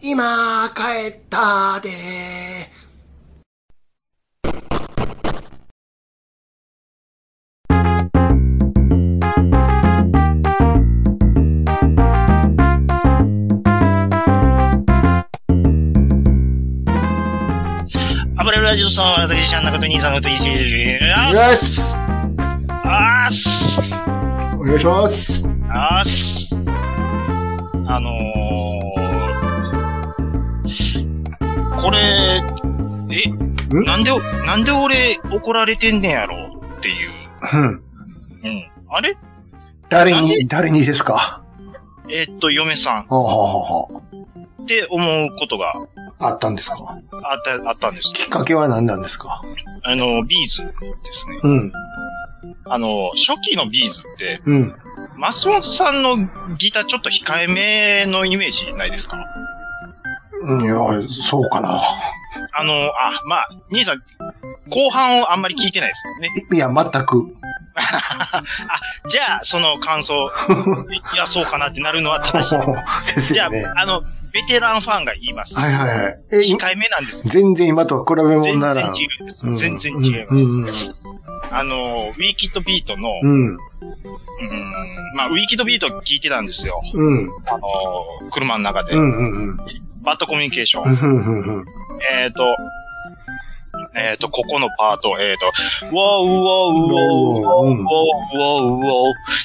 今帰ったで暴れるラジオさんは、私、シャンナカと兄さんのと一緒に、あーよしあーすお願いします あーすあのー、これ、え、んなんで、なんで俺怒られてんねやろっていう。うんうん。あれ誰なんに、誰にですかえっと、嫁さはあ、はあはんって思うことがあ、あったんですかあった、あったんです。きっかけは何なんですかあの、ビーズですね。うん、あの、初期のビーズって、うん。マスモトさんのギターちょっと控えめのイメージないですかうん、いや、そうかな。あの、あ、まあ、兄さん、後半をあんまり聞いてないですよ ね。いいや、全く。 じゃあ、その感想、いや、そうかなってなるのは正しい。 ですじゃよあね。、あの、ベテランファンが言います。はいはいはい。え、い控えめなんですよ。全然今とは比べ物全な然らん。違うんですう。ん全然違いうんます。あの、ウィーキッドビートの、うんううん。んまあ、ウィーキッドビート聞いてたんですよ。うん。あの、車の中で。うん。うん。うん。バッドコミュニケーション。うん。うん。うん。えっ、ー、と、えっ、ー、と、ここのパート、えっ、ー、と、ウォーウォーウォーウォーウォーウォーウォ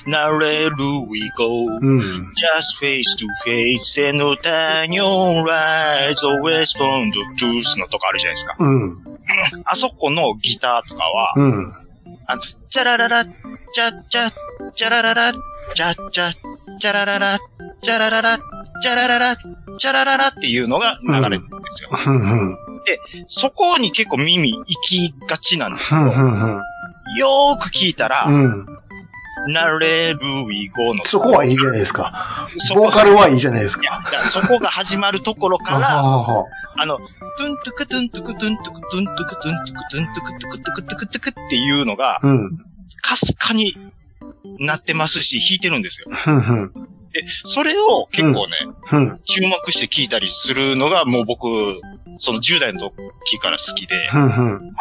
ー、なれる we go。うん。 Just face to face and turn your eyes always on the truth のとこあるじゃないですか。うん。あそこのギターとかは、うん。あの、チャラララ、チャチャ、チャラララ、チャチャ、チャラララ、チャラララ、チャラララ、チャラララっていうのが流れてるんですよ。うん。そこに結構耳行きがちなんですけうど、ん。うよん。ーく聞いたら、うん。なれるいごの、そこはいいじゃないですか。そボこーカルはいいじゃないですいやか。だからそこが始まるところはから、ははあの、トゥントゥクトゥントゥクトゥントゥクトゥントゥクトゥントゥクトゥントゥクトゥクトゥクトゥクトゥクっていうのが、うん。かすかになってますし、弾いてるんですよ。ふんふん。で、それを結構ね、ふん。注目して聞いたりするのが、もう僕、その10代の時から好きで、ふんふん。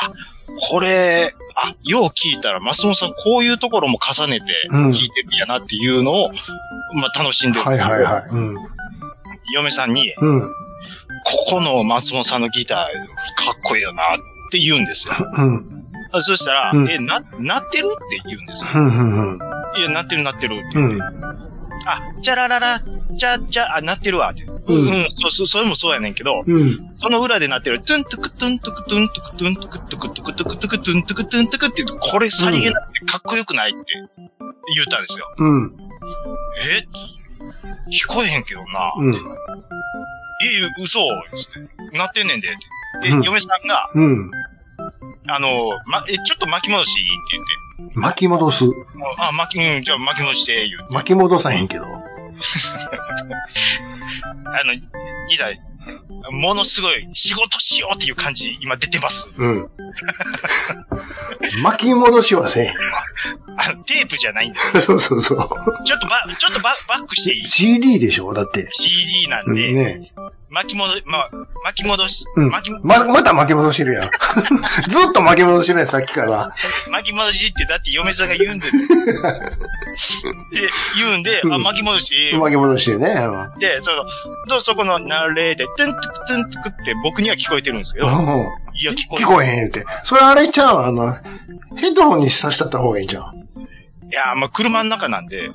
これ、あ、よう聞いたら、松本さんこういうところも重ねてうん聞いてるんやなっていうのを、まあ楽しんでるんはでいすはいはい。うん。嫁さんに、うん。ここの松本さんのギター、かっこいいよなって言うん ですよ。うん。そしたら、うんえ、な、なってるって言うんですよ。ふんふんふん。いや、なってるなってるって言うって。ん。あ、チャラララ、チャチャ、あ、なってるわって。うん、んうん、そ、そ、それもそうやねんけど、うん。その裏でなってる、トゥントゥクトゥントゥクトゥントゥクトゥントゥクトゥクトゥクトゥクトゥクトゥントゥクトゥントゥクって言うと、これさりげなくてかっこよくないって言ったんですよ。うん。え聞こえへんけどな。うん。え、嘘つって。なってんねんで。ってで、うん嫁さんが、うん。あの、ま、え、ちょっと巻き戻していいって言って巻き戻す。。もうあ、巻き、うん、じゃあ巻き戻して、言うて。巻き戻さへんけど。あの、いざ、ものすごい仕事しようっていう感じ、今出てます。うん。巻き戻しはせん。あの、テープじゃないんです。そうそうそう。ちょっとば、ちょっとばバックしていい CD でしょだって。 ?CD なうんんで、ね。巻き戻、まあ、巻き戻し、うん巻き、ま、また巻き戻してるやん。 ずっと巻き戻してるやん、さっきから。巻き戻しってだって嫁さんが言うん で、で言うんで、うんあ、巻き戻しええよ巻き戻してね。うんで、その、どうそこのなれで、トゥントゥクトゥントゥクって僕には聞こえてるんですけど、うんいや、聞こえ聞こえへんって。それあれちゃうあの、ヘッドホンにさしたった方がいいじゃん。いや、まあ、車の中なんで、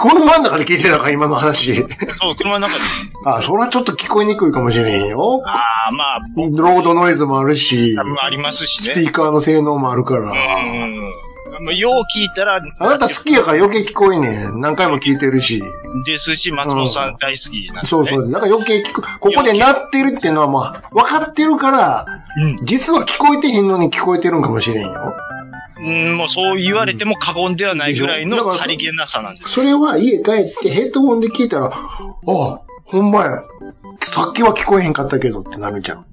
この真ん中で聞いてたか、今 の話。そう、車の中で、あ、それはちょっと聞こえにくいかもしれへんよ。ああ、まあ、ロードノイズもあるし、ありますしねス。ピーカーの性能もあるから。うんもうよう聞いたら、あなた好きやから余計聞こえねん。何回も聞いてるし。ですし、松本さん大好きなんで、ねそうそう。だから余計聞く。ここで鳴ってるっていうのはまあ、分かってるから、うん実は聞こえてへんのに聞こえてるんかもしれんよ。うん、もうそう言われても過言ではないぐらいでしのょだからさりげなさなんです。それは家帰ってヘッドホンで聞いたら、ああ、ほんまや。さっきは聞こえへんかったけどってなるじゃん。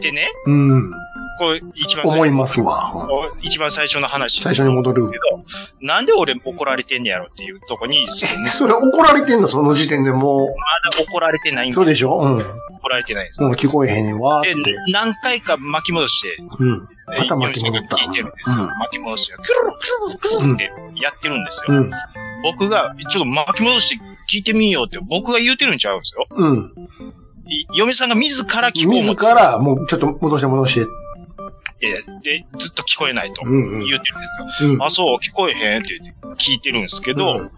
でね、うん。こう、一番最思初いますわ。こう一番最初の話。最初に戻るけ。ど、なんで俺怒られてんねやろっていうとこに、そのそれ怒られてんのその時点でもまだ怒られてないんう。でそうでしょうん。怒られてないんです。もう聞こえへんねんわーでって。、何回か巻き戻して、うん。えー頭巻き戻った聞いてるんですよ。うん巻き戻して、クルルクルルクルルってやってるんですうよ。ん。僕が、ちょっと巻き戻して聞いてみようって、僕が言うてるんちゃうんですよ。うん。い嫁さんが自ら聞こう思っ自ら、もうちょっと戻して戻して。て、で、ずっと聞こえないとう言んううん。てるんですよ。うん。あ、そう、聞こえへんって言って聞いてるんですけど、うん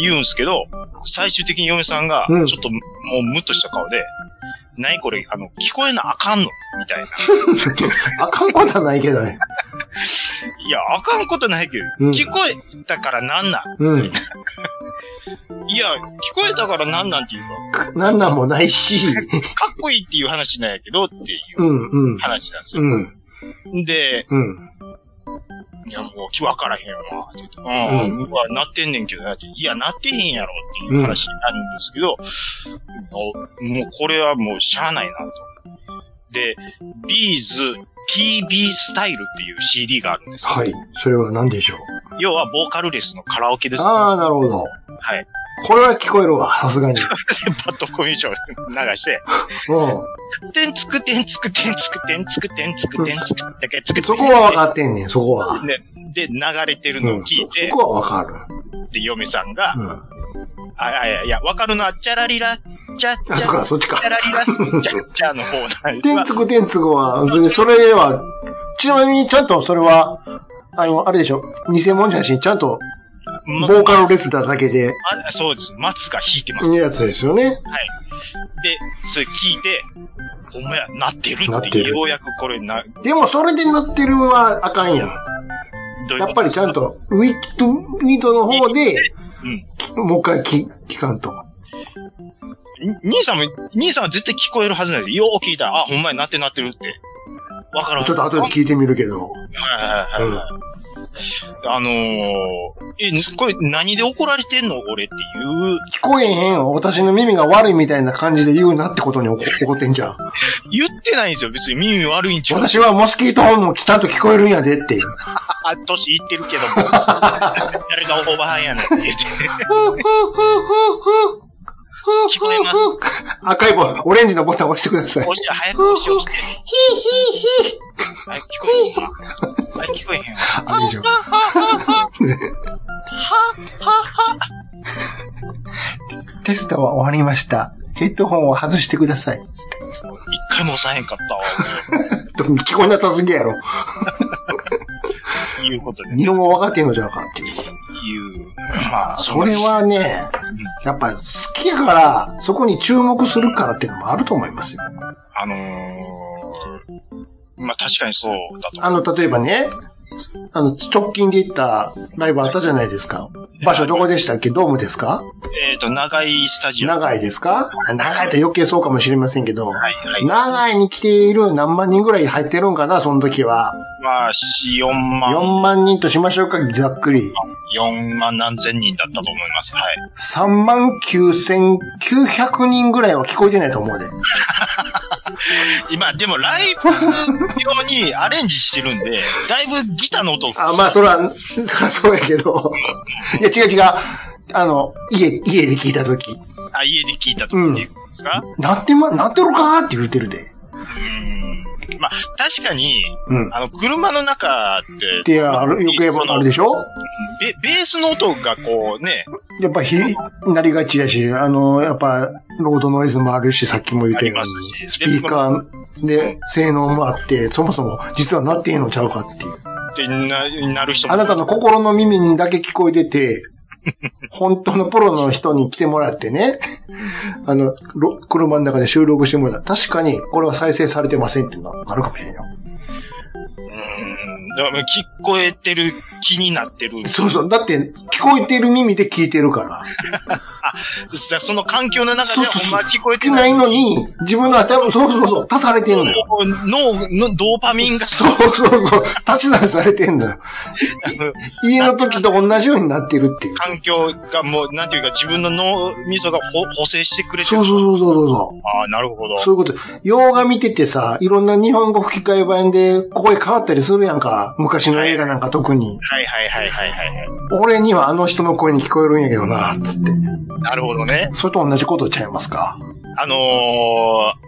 言うんですけど、最終的に嫁さんが、ちうょんっともうムッとした顔で、何これ、あの、聞こえなあかんのみたいな。あかんことはないけどね。いや、あかんことないけど、うん聞こえたからなんなんうん。いや、聞こえたからなんなんっていうなんなんもないし。か、かっこいいっていう話なんやけどっていううんうん。話なんですうよ。ん。で、うん。いや、もう、わからへんわ、って言って、うん、うわ、なってんねんけどなって、いや、なってへんやろっていう話になるんですけど、もうもう、これはもう、しゃあないなと。で、ビーズ TV スタイルっていう CD があるんですよ。はい。それは何でしょう。要は、ボーカルレスのカラオケですね。ああ、なるほど。はい。これは聞こえるわ、さすがに。で、バッドコミュニション流して、うてんつくてんつくてんつくてんつくてんつくてんつくだけつくん。そこは分かってんねん、そこは。ね、で、流れてるうのをん。そ聞いて、そこは分かる。で、嫁さんが、うん。あ、あいやいや、わかるな、チャラリラ、チャ、チャ、あ、チそっか、そっちャか。ラリラ、チャ、チャの方なん天はつく天つくは、それそれは、ちなみにちゃんとそれは、あの、あれでしょ、偽物じゃなし、ちゃんと、ボまーカルレスだだけで、あそうです。松が弾いてます。やつですよね。で、それ聞いて、ほんまや、なってるなっ、っててるようやくこれな、でも、それでなってるはあかんやん。どういうことやっぱりちゃんと。と、ウィキと、ウィトの方で、うん。もう一回聞聞かんと。に兄さんも、兄さんは絶対聞こえるはずなんですよ。よう聞いたら、あ、ほんまや、なってなってるって。わかるちょっと後で聞いてみるけど。はいはいはいはい。あのー、え、これ何で怒られてんの俺っていう、聞こえへん、私の耳が悪いみたいな感じで言うなってことに怒怒ってんじゃん。言ってないんですよ。別に耳悪いんちゃう。私はモスキートホンもちゃんと聞こえるんやでっていう。あ、年いってるけども。誰がおばあやねんって言って。聞こえます赤いボタン、オレンジのボタン押してくだ さい。押して、早く押して押して。ヒーヒーヒー。はい、聞こえへんわ。はい、聞こえへんわ。あれでしょ。テストは終わりました。ヘッドホンを外してください。つっ一回も押さへんかったわ。て。聞こえなさすぎやろ。いうことで、日本語分かってんのじゃなかっていう。いう。まあ、それはね、やっぱ好きやから、そこに注目するからっていうのもあると思いますよ。あのー、まあ確かにそうだとあの、例えばね、あの、直近で行ったライブあったじゃないですか。場所どこでしたっけドームですかえっ、と、長いスタジオ。長いですかあ長いと余計そうかもしれませんけど、はい、はい。長いに来ている何万人ぐらい入ってるんかな、その時は。まあ、4、4万、 4万人としましょうか、ざっくり。 4万何千人だったと思います。はい。 3万9900人ぐらいは聞こえてないと思うで。今、でもライブ用にアレンジしてるんで、だいぶギターの音、あ、まあ、そら、そらそうやけど。いや、違う違う。あの、家、家で聞いた時。あ家で聞いたときっていうんですか、なってま、なってるかって言うてるで。うーんまあ、確かに、うん。あの、車の中って、で、ある、よく言えばあるでしょベベースの音がこうね、やっぱひ、なりがちやし、あの、やっぱ、ロードノイズもあるし、さっきも言ったよあうりに、ますスしピーカーで性能もあって、そもそも実はなっていいのちゃうかっていう。ってななる人もあなたの心の耳にだけ聞こえて て、本当のプロの人に来てもらってね、あの、ろ車の中で収録してもらったら、確かにこれは再生されてませんってななるかもしれんよ。うーんだから聞こえてる気になってる。そうそう。だって、聞こえてる耳で聞いてるから。さその環境の中でそうはそうほそうんまは聞こえ聞ていてなないい。のに、自分の頭、そうそうそう、足されてんのよ。もう脳のドーパミンが、そうそうそう、足し算されてんの よ。家の時と同じようになってるっていう。環境がもう、なんていうか自分の脳みそがほ補正してくれてる。そうそうそうそうそああ、なるほどう。。そういうこと。洋画見ててさ、いろんな日本語吹き替え版で声変わったりするやんか。昔の映画なんか特に。はいはいはいはいはい。は俺にはあの人の声に聞こえるんやけどな、つって。いなるほどね。それと同じことちゃいますか。あのー、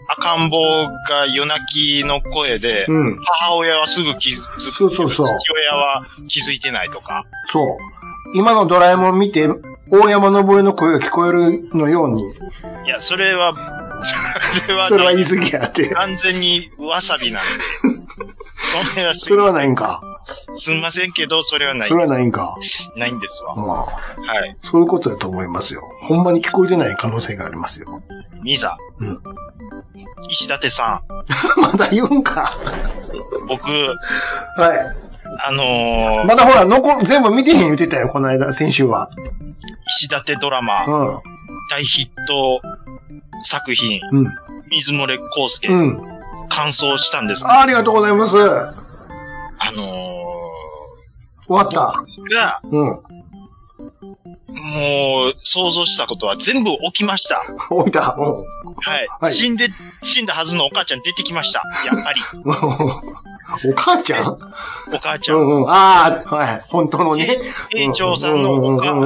赤ん坊が夜泣きの声で、うん。母親はすぐ気づく。そうそうそう父親は気づいてないとか。そう。今のドラえもん見て、大山登の声が聞こえるのように、いや、それは、 それは、それは言い過ぎや って。完全にわさびなんで。 それはすそれはないんか。すんませんけど、それはないそ。れはないんか。ないんですわ。はまあ。い。そういうことだと思いますよ。ほんまに聞こえてない可能性がありますよ。 兄さん。うん石立さまだ言うんか。ん、僕、はあのい。ーまだほら、残、全部見てへん言ってたよ、この間、先週は。石立ドラマ、う大ヒット作品、ん。水漏れ康介、うん。うん。完走したんですが、あありがとうございます。終あのわった。ーが、うん。 もう、想像したことは全部起きました。置いた。うん。はい。はい死んで、死んだはずのお母ちゃん出てきま した。やっぱり、お母ちゃんお母ちゃうん。んうん。ああ、はい。本当のね。園長さんのお母さん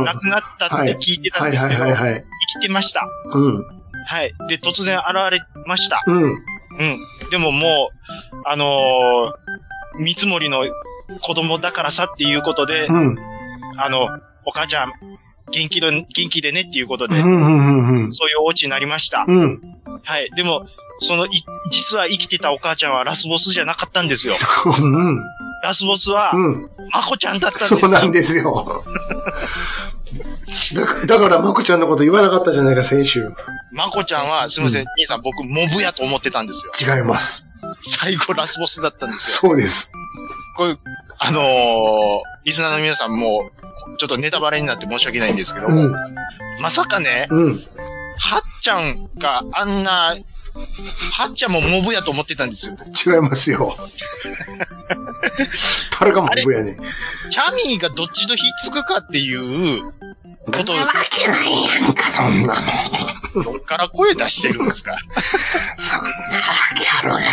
は亡くなったって聞いてたはんいですはけいど、はい生はい。きてました。うん。はい。で、突然現れました。うん。うん。でももう、あのー、見積もりの子供だからさっていうことで、うん。あの、お母ちゃん、元気で、元気でねっていうことうで、ん。うん。そういうオチになりました。うん。うん。はい。でも、その、い実は生きてたお母ちゃんはラスボスじゃなかったんですよ。うん。ラスボスは、うん。まこちゃんだったんですよ。そうなんですよ。 だから、だから、まこちゃんのこと言わなかったじゃないか、先週。まこちゃんは、すみません、兄さん、僕、モブやと思ってたんですよ。違います。最後、ラスボスだったんですよ。そうです。これ、あのー、リスナーの皆さんも、ちょっとネタバレになって申し訳ないんですけどうも、ん。まさかね、うん。はっちゃんがあんな、はっちゃんもモブやと思ってたんですよ。違います よ。誰がもブやねん。チャミーがどっちとひっつくかっていう、ことを、けないやんか、そんなの。どっから声出してるんですかそんなわけあるがや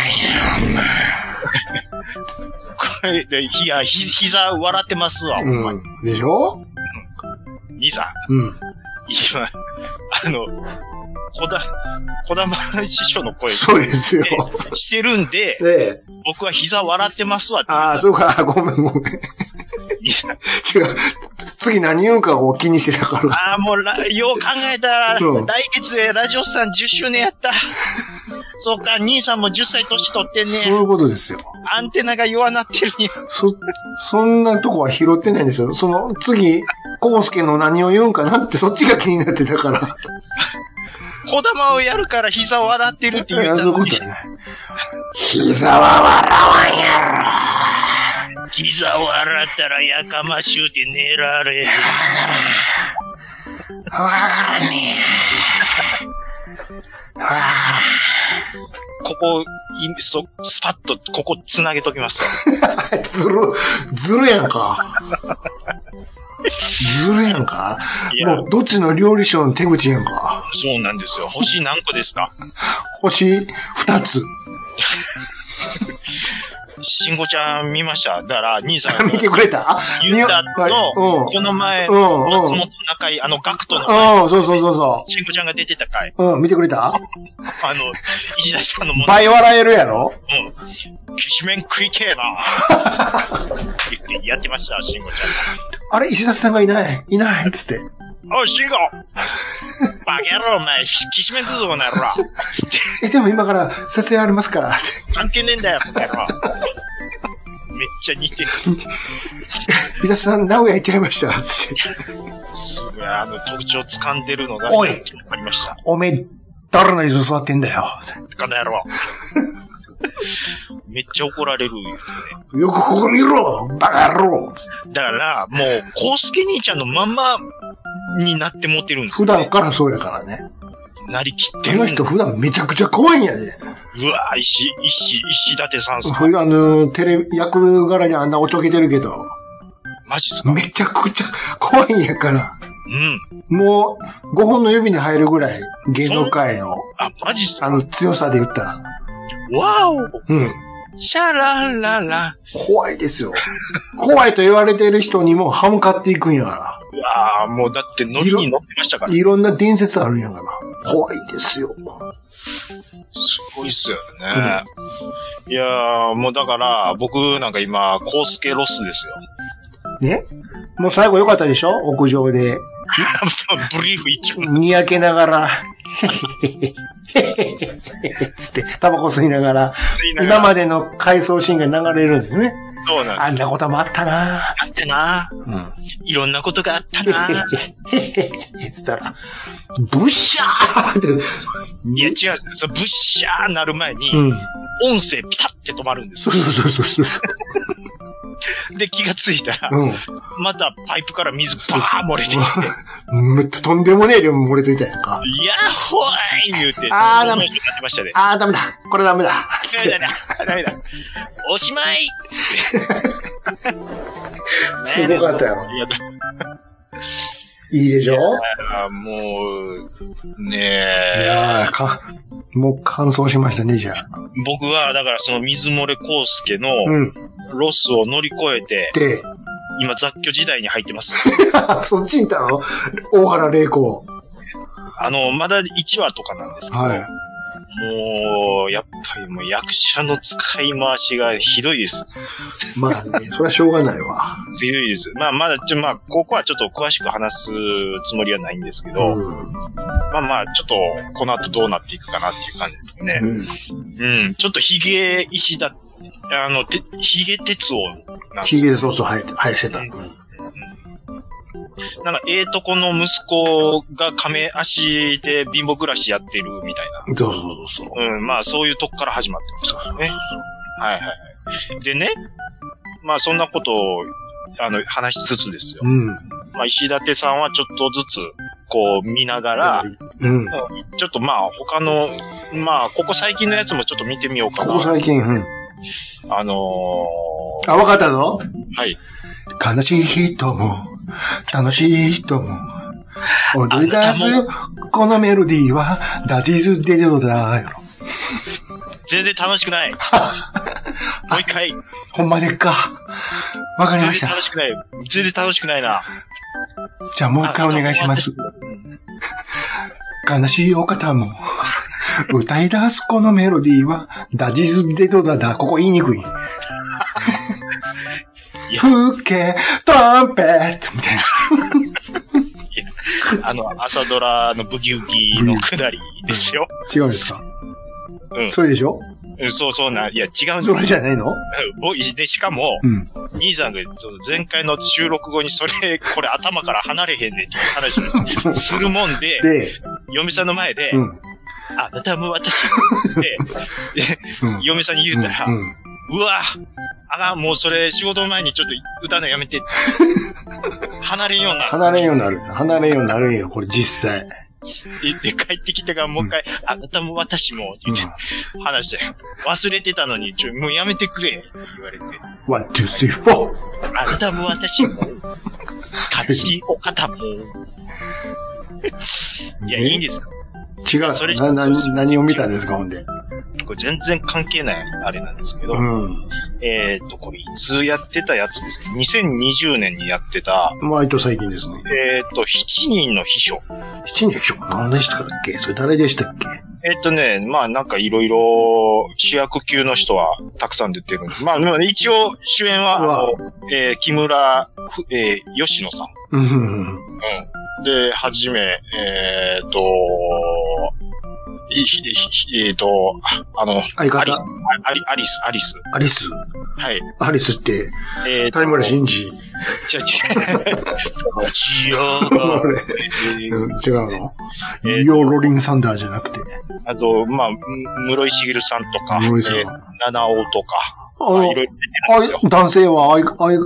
これで、いや、ひ、膝笑ってますわ、ほんまうん。でしょ兄さん、うん。今、あの、こだ、こだま師匠の声そう ですよ。してるんで、ええ。僕は膝笑ってますわって。ああ、そうか、ごめんごめん。違う。兄さん次何言うかを気にしてたから。ああ、もうら、よう考えたら、うん来月でラジオさん10周年やった。そうか、兄さんも10歳年取ってそうね、いうことですよ。アンテナが弱なってるんや。そ、そんなとこは拾ってないんですよ。その、次、コウスケの何を言うんかなって、そっちが気になってたから。小玉をやるから膝を笑ってるって言ったそういうのこにと、はない。膝は笑わんやろ膝を洗ったらやかましゅうて寝られる。わからねえ。わかここ、いそ、スパッと、ここ繋げときますわ。らん。ずる、ずるやんか。ずるやんかいやもう、どっちの料理賞の手口やんか。そうなんですよ。星何個ですか星二つ。 しんごちゃん見ました。だから、兄さん見てくれた言ったの、うこの前、うんうん松本中井、あの、ガクトの前、ん。うん、そうそうそうそしんごちゃんが出てた回、う。うん、見てくれたあの、石田さんのもの、倍笑えるやろうん、きしめん食いてえなって言ってやってました、しんごちあれ石田さんがいない。いないっつって。ゃんが。おい、しんごバカ野郎、お前、きしめん食うぞ、この野郎つって、え、でも今から撮影ありますから。って関係ねえんだよ、この野郎めっちゃ似てる。石田さん、名古屋行っちゃいました。つって。すごい、あの、特徴掴んでるのが、おいわかりました。おめえ、誰の椅子座ってんだよ。この野郎。めっちゃ怒られるよね。よくここ見ろバカ野郎だから、もう、コウスケ兄ちゃんのまんまになってもってるんです普よ、段からそうやからね。なりきってこるんの人普段めちゃくちゃ怖いんやで。うわぁ、石、石、石立さんさん。ふあの、テレビ、役柄にあんなおちょけてるけど、マジっすかめちゃくちゃ怖いんやから。うん。もう、5本の指に入るぐらい、芸能界の、あ、マジっすかあの、強さで言ったら。わおうん。シャラララ。怖いですよ。怖いと言われてる人にも歯向かっていくんやか。うわぁ、もうだって乗りに乗ってましたからら。いろんな伝説あるんやから。怖いですよ。すごいっすよね。いやー、もうだから、僕なんか今、コウスケロスですよ。 ねもう最後良かったでしょ屋上で。ブリーフ一応。にやけながら、へへへへへへ つって、タバコ吸いながら、今までの回想シーンが流れるんですね。そうなんです。あんなこともあったなあったなぁ。うん。いろんなことがあったへ なぁ。へへへへつったら、ブッシャー って。いや、違うんですよ。そのブッシャーなる前に、うん。音声ピタって止まるんですそうそうそうそうそよ。で、気がついたら、う。うん。またパイプから水バー漏れてきて、めっちゃとんでもねえ量漏れていたやんか。 やっほーい言うて、あーダ面メ白くなってましたね。あー、ダメだ。これダメだ。つっダメだな、て。ダメだ。おしま いつってすごかったやろ。いやだいいでしょいからもう、ねえ、やーか、もう乾燥しましたね、じゃあ。僕は、だからその水漏れコウスケのうん。ロスを乗り越えて、で、 今雑居時代に入ってます。そっちに行ったの大原玲子。あの、まだ1話とかなんですけど、はい。もう、やっぱりもう役者の使い回しがひどいです。まあね、それはしょうがないわ。ひどいです。まあ、まだ、ちょ、まあ、ここはちょっと詳しく話すつもりはないんですけうど、ん。まあまあ、ちょっと、この後どうなっていくかなっていう感じですね。うん。うん、ちょっとヒゲ石だ、あの、て、ヒゲ鉄を、ヒゲでそうそう生えて、生えしてた。うんなんか、ええとこの息子が亀足で貧乏暮らしやってるみたいな。そうそうそうそう。うん、まあ、そういうとこから始まってますからね。はいはいはい。でね、まあ、そんなことを、あの、話しつつですよ。うん。まあ、石立さんはちょっとずつ、こう、見ながら、うん。こちょっとまあ、他の、まあ、ここ最近のやつもちょっと見てみようかこな。最近、うん。あのー、あ、わかったぞ。はい。悲しい人も、楽しい人も、踊り出すあなこのメロディーは、ダジズデドだよ。全然楽しく ない。もう一回。ほんまでっか。わかり全まし然た。楽しくない。全然楽しくないな。じゃあもう一回お願いします。悲しいお方も、歌い出すこのメロディーは、ダジズデドダだ。ここ言いにくい。いや風景、トンペットみたいな。あの、朝ドラのブギウギのくだりですよ。違うんですかうんそれでしょうん、そうそうな、いや、違うんですそよれじゃないのボイで、しかも、うん。兄さんがその前回の収録後にそれ、これ頭から離れへんねんっていう話をするもんで、で、嫁さんの前で、うん。あなたも私って、うん。嫁さんに言ったら、ううんうんわあら、もうそれ仕事の前にちょっと歌うのや めてって。離れんようにな離れんようになる。離れんようになるんよ、これ実際。って帰ってきてからもう一回、あなたも私も、って言って話して、忘れてたのに、ちょ、もうやめてくれ、って言われて、ワン、ツー、スリー、フォー。あなたも私 も、悲しいお方も、いや、ねいいんですよ。違う。それな、なそれ、何を見たんですか、ほんで。これ全然関係ないあれなんですけど、うん。えっと、これいつやってたやつですね。2020年にやってた、割と最近ですね。えっと、7人の秘書。七人でしょ何でしたっけそれ誰でしたっけえっとね、まあなんかいろいろ主役級の人はたくさん出てるんで。まあでもね一応主演は、うわあの、えー木村ふ、えー吉野さん。うんうんうん。で、はじめ、えーっと、いひひひえーっと、ああの、相アリス方、、アリアリス、アリス。アリス。はい。アリスって、えーっと谷村新司。ちゃちゃ。ちよーあ れ、え違ーうのえーヨーロリンサンダーじゃなくて。あと、まあ、む室井茂さんとか、室井さんえー七尾とか、あまあのいろいろ出てるんあですよ。い男性は、あいあい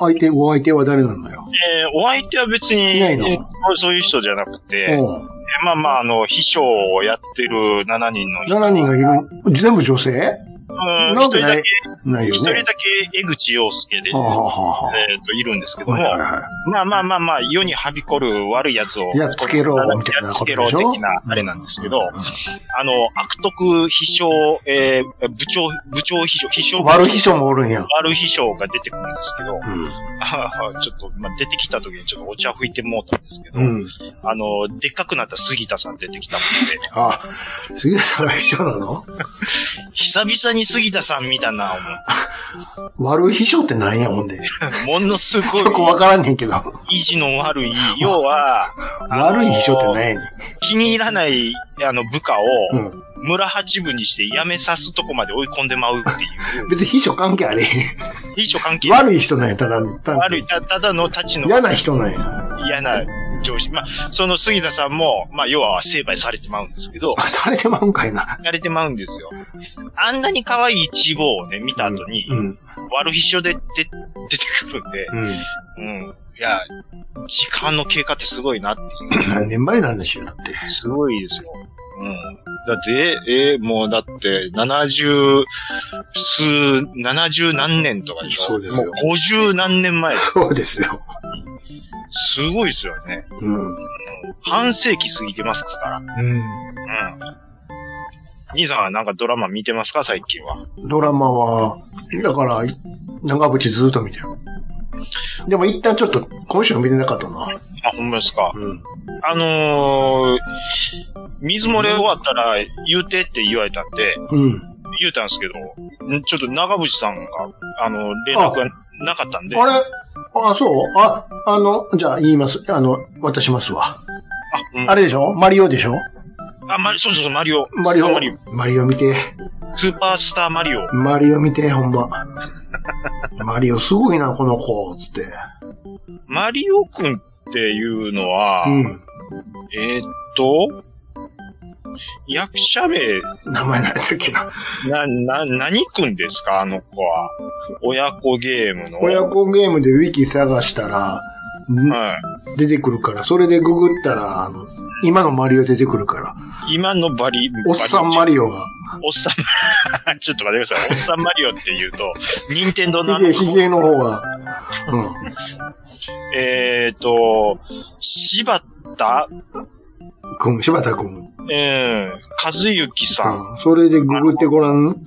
相手、お相手は誰なんだよ。えーお相手は別に、いないのえーそういう人じゃなくて、うん。まあまあ、あの、秘書をやってる7人の人。 7人がいる、全部女性うん、な一わけ人なだけい、、ない一よ人だね。け江口洋介で、はあ、はあはえっ、と、いるんですけどあ、も、はいはいはまあまあまあまあ、世にはびこる悪いやつを。やっつけろみたいなやっつことけでしょろ的な、あれなんですけど、いあの、悪徳秘書、えー部長、部長秘書、秘う書ん。悪秘書もおるんや。悪秘書が出てくるんですけど、うちょっと、まあ、出てきた時にちょっとお茶吹いてもうたんですけど、ん。うん。あの、でっかくなった杉田さん出てきたもあ、杉田さんが秘書なのんで、久々に杉田さん見たな、悪秘書ってなんやもんで。思う。ものすごいよくわからんねんけど。意地の悪い、要は、あの悪い秘書ってなんやねん。気に入らない、あの、部下を、うん。村八分にして辞めさすとこまで追い込んでまうっていう別に秘書関係あれへ秘書関係ん。悪い人なんや、ただ、ただ悪い、たただのたちの嫌な人なんや。嫌な上司。まあ、その杉田さんも、まあ、要は成敗されてまうんですけど、されてまうんかいな。されてまうんですよ。あんなに可愛い一望をね、見た後に、うん。悪秘書でで出てくるんで、うん。うん。いや、時間の経過ってすごいなっていう。何年前なんでしょう、だって。すごいですよ。うん。だって、え、えもうだって、70、数、70何年とかでしょそうですもよう50何年前。そうですよ。すごいですよね。うん。半世紀過ぎてますから。うん。うん。兄さんはなんかドラマ見てますか最近は。ドラマは、だから、長渕ずっと見てる。でも一旦ちょっと、今週は見てなかったな。あ、ほんまですか。うん。あのー、水漏れ終わったら言うてって言われたんで、うん。言うたんですけど、んちょっと長渕さんが、あの、連絡がなかったんで。あれあ、そうあ、あの、じゃあ言います。あの、渡しますわ。あ、うんあれでしょマリオでしょあ、マリ、そうそうそう、マリオ。マリオスーパーマリ。マリオ見て。オ。スーパースターマリオ。マリオ見て、ほんま。マリオすごいな、この子、つって。マリオくんっていうのは、うん。えーっと、役者名、名前なんだっけな。な、な、何くんですかあの子は。親子ゲームの。親子ゲームでウィキ探したら、は出てくるから、それでググったら、あの、今のマリオ出てくるから、い。今のバリ、おっさんマリリオが、オ。おっさん、 ちょっと待ってください。おっさんマリオって言うと、任天堂のあヒのゲ、ヒゲの方が、うん。えーっと、柴田、くん、柴田くんうん、和幸さん。さん。それでググってごらん。うん。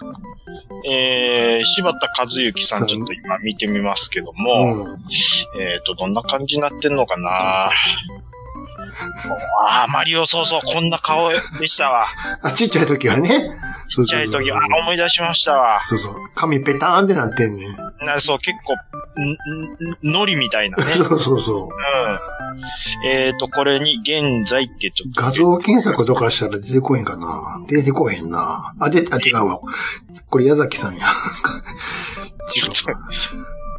えー、柴田和幸ささん、んちょっと今見てみますけども、えっ、と、どんな感じになってんのかなああ、マリオ、そうそう、こんな顔でしたわ。あ、ちっちゃい時はね。ちちっちゃい時は、あ思い出しましたわ。そうそう。髪ペターンってなってんね。なそう、結構、ん、ん、のりみたいなね。そうそうそう。うん。えっ、と、これに、現在ってちょっと。画像検索とかしたら出てこへんかな。出てこへんな。あ、で、あ、違うわ。これ矢崎さんや。ちょっと、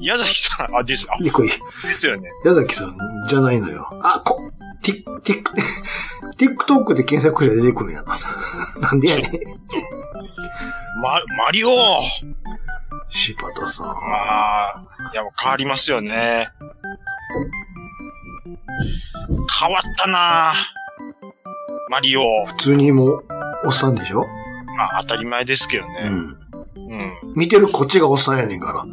矢崎さん、あ、です、あ、いやこれですよね。矢崎さんじゃないのよ。あ、こ、ティ、ティ、ティックトックで検索したら出てくるんや な。なんでやねん。マ、マリオ柴田さん。ああ、いや、変わりますよね。変わったなぁマリオ。普通にもう、おっさんでしょまあ、当たり前ですけどうね。ん。うん。見てるこっちがおっさんやねんから。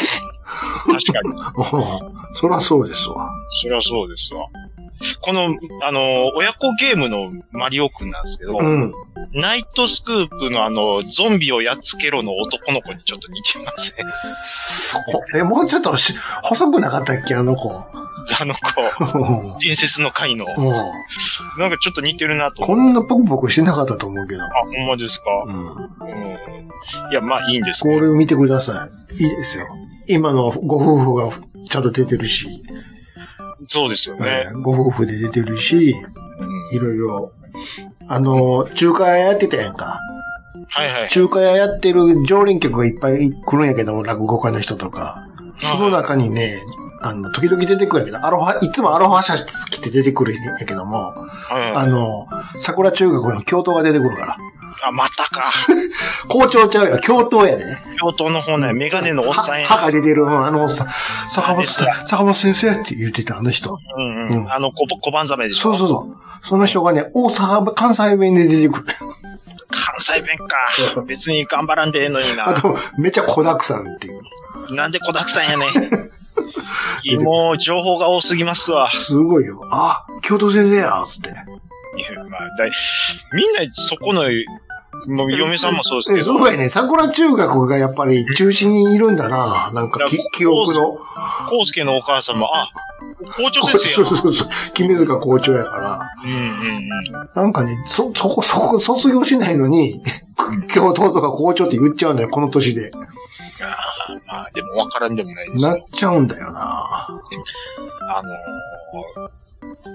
確かに。うんそらそうですわ。そりゃそうですわ。この、あの、親子ゲームのマリオくんなんですけど、うん。ナイトスクープのあの、ゾンビをやっつけろの男の子にちょっと似てません そえ、もうちょっとし、細くなかったっけあの子。 あの子。うん伝説の回の。うんなんかちょっと似てるなと。こんなポクポクしてなかったと思うけど。あ、ほんまですか、うん。うん、いや、まあいいんですけこど。れを見てください。いいですよ。今のご夫婦がちゃんと出てるし、そうですよねえ。ーご夫婦で出てるし、うんいろいろ。あの、中華屋やってたやんか。はいはい。中華屋やってる常連客がいっぱい来るんやけども、落語家の人とか。その中にね、あの、時々出てくるんやけど、アロハ、いつもアロハシャツ着て出てくるんやけども、ああの、桜中学の教頭が出てくるから。あ、またか。校長ちゃうよ、教頭やでね。教頭の方ね、メガネのおっさんやは。歯が出てる、うんあのおっさん。坂本さん、坂本先生って言ってた、あの人。うんううんん。あの、小小判ざめでしそょ。うそうそう。その人がね、大阪、関西弁で出てくる。関西弁か。別に頑張らんでええのにあな。と、めっちゃ子だくさんっていう。なんで子沢山や ねん。もう、情報が多すぎますわ。すごいよ。あ、教頭先生や、つって。いやまあ、だいみんなそこの、もう嫁さんもそうですけど、そうやね。桜中学がやっぱり中心にいるんだな。なんかきだから記憶の。康介のお母さんも、あ、校長そう先生そうや。そうそう。君塚校長やから。うんうんうん。なんかね、そ、そこ、そこ、卒業しないのに、教頭とか校長って言っちゃうんだよ、この年で。まあ、でも分からんでもないですなっよ。ちゃうんだよな。あのー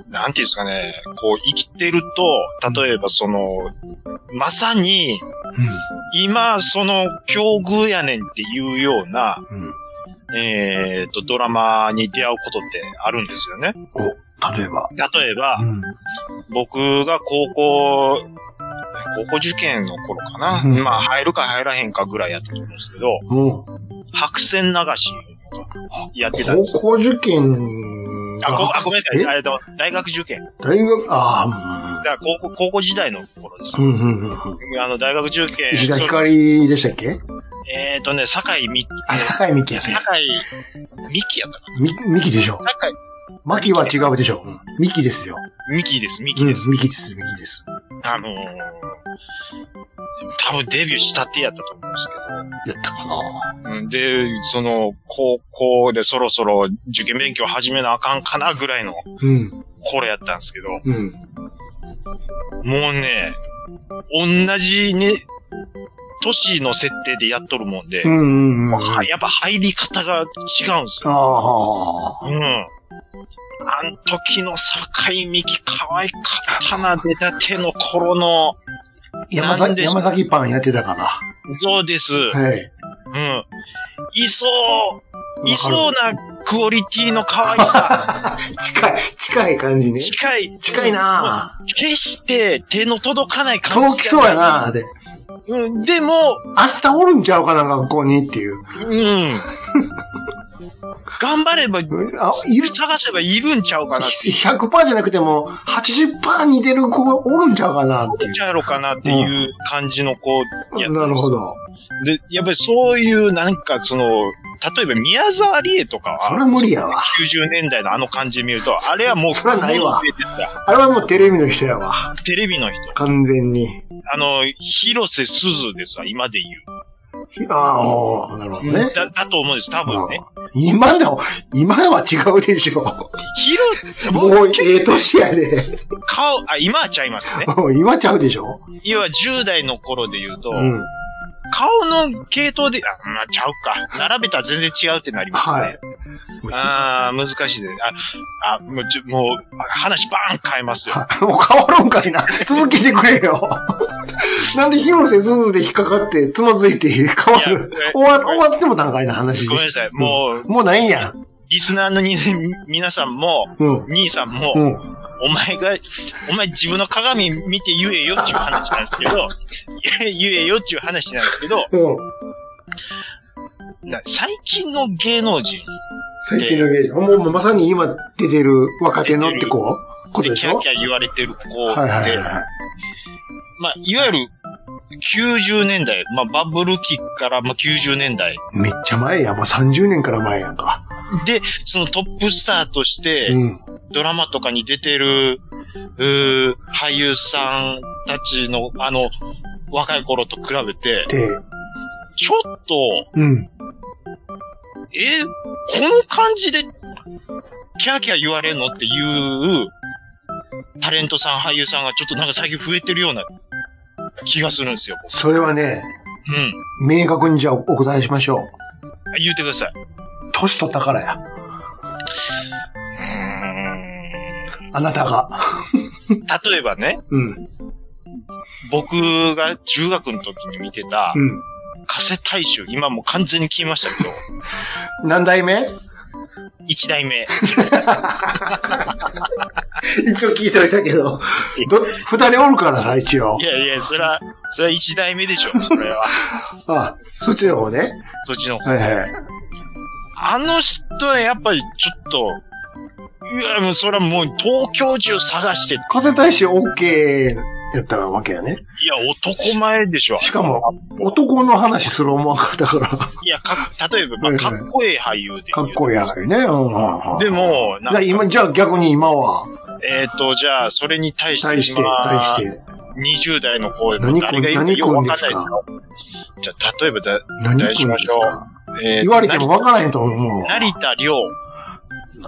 なんていうんですかね、こう、生きてると、例えばその、まさに、今、その、境遇やねんっていうような、うん。うん。えっ、と、ドラマに出会うことってあるんですよね。お、例えば。例えばう、ん。僕が高校、高校受験の頃かな。うんまあ、入るか入らへんかぐらいやったと思うんですけど、も白線流しをやってたんうでん、すよ高校受験あごあ、ごめんなさい。ええっと、大学受験。大学、あだから高校、高校時代の頃ですあ、う。ん。うん、うん、うんうん。あの、大学受験。石田光でしたっけそうえっ、とね、堺井み、あ、高い美希や先生。坂井みきやったかみ、みきでしょ。な坂井マキは違うでしょ。うん。ミキですよ。みきです、みうきん、でミす。キです、ミキです。あのー、多分デビューしたてやったと思うんですけど、やったかなうんで、その、高校でそろそろ受験勉強始めなあかんかなぐらいのうん、頃やったんですけど、もうん。うね、同じね、都市の設定でやっとるもんで、うん、うん、うん。ははい。やっぱ入り方が違うんですよ。ああ、うん。あの時の坂井美希可愛かったな、出たての頃の、山なん崎、でしょう山崎パンやってたかそうです。うら。はい。ん。いそう、いそうなクオリティの可愛さ。近い、近い感じね。近い。近いなぁ。決して手の届かない感じ。届きそうや。なぁ。で、うん、でも、明日おるんちゃうかな、学校にっていう。うん。頑張れば、あ、いる探せばいるんちゃうかなって。 100%じゃなくても、80%似てる子がおるんちゃうかなっいているんちゃうやろかなっていう感じの子やう。なるほど。で、やっぱりそういう、なんかその、例えば宮沢りえとかそれは、は無理やわ。 90年代のあの感じ見ると、あれはもう、それはないわ雲の上ですよあれはもうテレビの人やわ。テレビの人。完全に。あの、広瀬すずですわ、今でああおー、なるほど言う。ね。だ、だと思うんです、多分ね。うん今の、今のは違うでしょ。広瀬、もう、ええ年やで。顔、あ、今はちゃいますね。今ちゃうでしょ。要は10代の頃で言うと、うん。顔の系統で、あ、まあ、ちゃうか。並べたら全然違うってなりますね。はい。ああ、難しいです。あ、あ、もう、ちょもう、あ話バーン変えますよ。もう変わるんかいな。続けてくれよ。なんで広瀬すずで引っかかって、つまずいて変わるいや。終わ終わってもなんかいな話 ごめんなで。さい。もう、もうないんやん。リスナーのに皆さんも、うん。兄さんも、うん。お前が、お前自分の鏡見て言えよっていう話なんですけど、 言えよっていう話なんですけど、うん。な最近の芸能人最近の芸人。もうもうまさに今出てる若手のって子ことででキしャょーキャー言われてる子で、はいはいはいはい。まあ、いわゆる、90年代、まあ、バブル期から、まあ、90年代。めっちゃ前や。もう30年から前やんか。で、そのトップスターとして、うん。ドラマとかに出てる、うー俳優さんたちの、あの、若い頃と比べて、で、ちょっと、うん。えーこの感じで、キャーキャー言われんのっていう、タレントさん、俳優さんがちょっとなんか最近増えてるような気がするんですよ。それはね、うん。明確にじゃあお答えしましょう。言ってください。年取ったからや。うーんあなたが。例えばね、うん。僕が中学の時に見てた、うん。加瀬大衆、今もう完全に消えましたけど、何代目一代目。一応聞いとい たけど、ど、二人おるからさ、一応い。やいや、それは、それは一代目でし ょ、それは。あ、そっちの方ね。そっちの方。はいはい。あの人はやっぱりちょっと、いや、もうそれはもう東京中探して、い風大使 OK やったわけやね。や、男前でしょ。しかも、男の話する思わんかったから、かいや、か、例えば、まはあ、いはかいっこええ俳優で。っこいいやつね。うんうんうんで、も、なだからんか、今、じゃあ逆に今は、えっ、と、じゃあ、それに対して、対して、今対して、 20代の子でも何誰がいるか何よくわ君かんですないですかよ。じゃあ、例えばだ、何君お願でいしすましょかえー言われてもわからへんと思う。成田亮。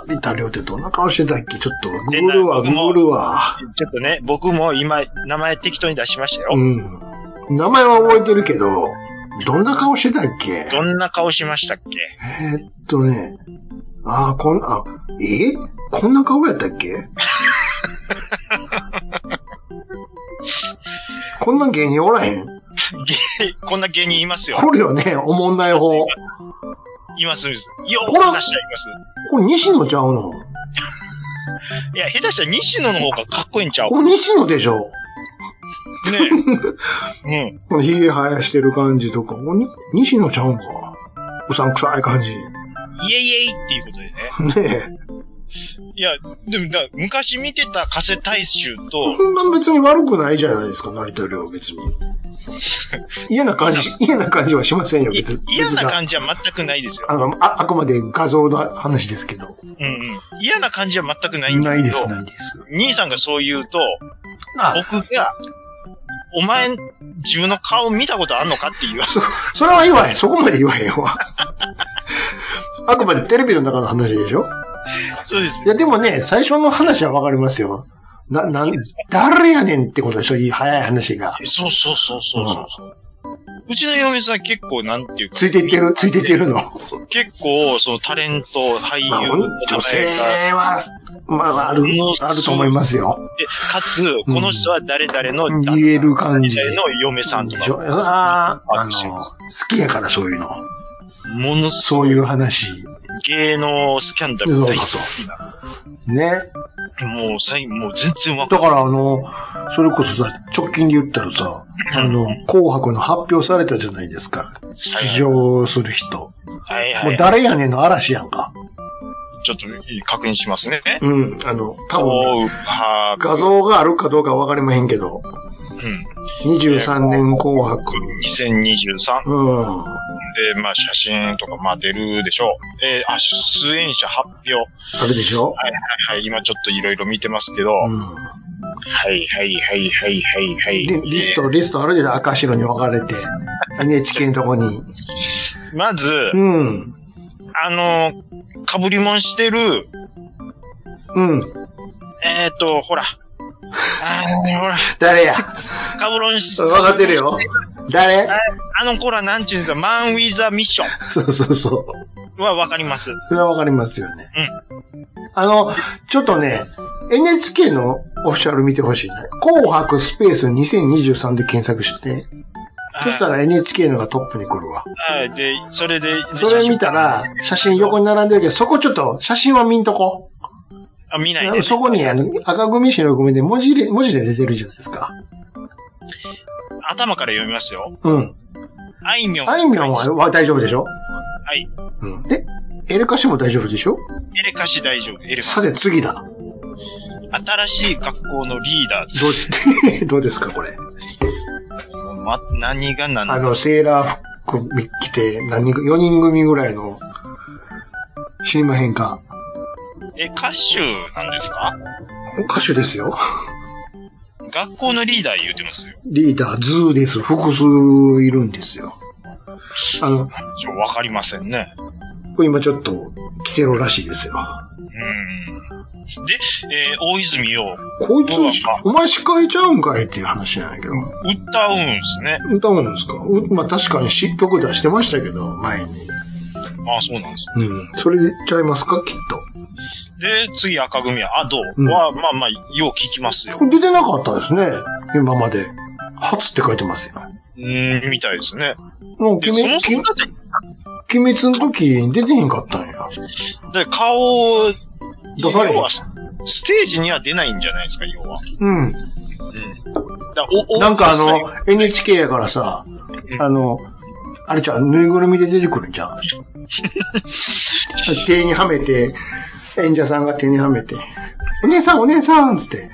成田亮ってどんな顔してたっけちょっと、ググるわ、ググるわ。ちょっとね、僕も今、名前適当に出しましたよ。うん。名前は覚えてるけど、どんな顔してたっけどんな顔しましたっけえーっとね、ああ、こん、あ、えこんな顔やった っけこんな芸人おらへん 芸こんな芸人いますよ。これよね、おもんない方。こいます、います。よくこれ話しています。れ西野ちゃうのいや、下手したら西野の方がかっこいいんちゃうこれ西野でしょ ねうん。この髭生やしてる感じとか、これに西野ちゃうんか。うさんくさい感じ。 イエイイエイっていうことでね。ねいや、でもだ、昔見てた加瀬大衆え。と、こんなん別に悪くないじゃないですか、成田凌は別に。嫌な感じ、嫌な感じはしませんよ、い別に。嫌なじ。感じは全くないですよ。あの、あ、あくまで画像の話ですけど。うんうん。嫌な感じは全くないんですけど、ないです。兄さんがそう言うと、あ、僕が、お前、自分の顔見たことあんのかって 言わそ、それは言わへん。そこまで言わへんわ。あくまでテレビの中の話でしょそうですい。や、でもね、最初の話はわかりますよ。な、なん、誰やねんってことでしょいい早い話が。そうそうそうそうそうそう。うちの嫁さん結構なんていうか。ついていってる、ついていってるの。結構、そのタレント、俳優まあ、ほん女性は、まあ、ある、あると思いますよ。で、かつ、この人は誰々の、うんだ言える感じ誰々の嫁さんとでしか、ょああ、あの、好きやからそういうの。ものすそういう話。ごい芸能スキャンダル大好きな。ね。もう、最もう全然わかだからあの、それこそさ、直近で言ったらさ、あの、紅白の発表されたじゃないですか。出場する人。んない。はいもはうい。誰やねんの嵐やんか。ちょっと確認しますね。うん、あの、多分、おう、は画像があるかどうかわかりまへんけど、うん。 23年紅白。 2023うん。で、まあ、写真とか、まあ、出るでしょう。えーあ、出演者発表。はあれでしょいはいはい。今ちょっといろいろ見てますけど。うはいはいはいはいはいはい。ん。リリスト、リストあるじゃん。赤白に分かれて。NHK のとこに。えーまず、うん。あのー、かぶりもんしてる、うん。えっ、ー、と、ほら。あーほら、誰やかぶろんし 分、かってるよ。誰あの子らなんちゅうんですか、マン・ウィザ・ミッショそうそうそう。ンはわかります。それはわかりますよね。あの、ちょっとね、NHK のオフィシャル見てほしいな。紅白スペース2023で検索して、 そしたら、ら NHK のがトップに来るわ。はいで、それで、でそれ見たら、写真横に並んでるけど、そこちょっと写真は見んとこ。写真あ、見ないで、ね。そこにあの赤組白組で文字で、文字で出てるじゃないですか。頭から読みますよ。うん。あいみょん。あいみょんはは大丈夫でしょはい。うん。で、エレカシも大丈夫でしょエレカシ大丈夫。エレフさァンて次だ。新しい学校のリーダーズ。どう、 どうですかこれ。ま、何が何あだの、セーラー服着て、何人か、4人組ぐらいの、知りまへんか。え、歌手なんですか歌手ですよ。学校のリーダー言うてますよ。リーダー、ズーです。複数いるんですよ。あの、ちょ、わかりませんね。これ今ちょっと、来てるらしいですよ。うん。で、えー大泉洋、こいつ、お前司会ちゃうんかいっていう話なんやけど。歌うんすね。歌うんですかうまあ確かに失曲出してましたけど、前に。ああ、そうなんです。うん。それでちゃいますかきっで、次赤組は、あ、どう、うんは、まあまあ、よう聞きますと。よこ。れ出てなかったですね。今まで。初って書いてますよ。うーん、みたいですね。もうで決そめ、も決そめもだって、鬼滅の時に出てへんかったんや。で、顔を、出されへん要はス、ステージには出ないんじゃないですか、要は。うん。だおおなんかあの、NHK やからさ、あの、あれじゃん、ぬいぐるみで出てくるんじゃん。手にはめて、演者さんが手にはめて、お姉さんお姉さんつって。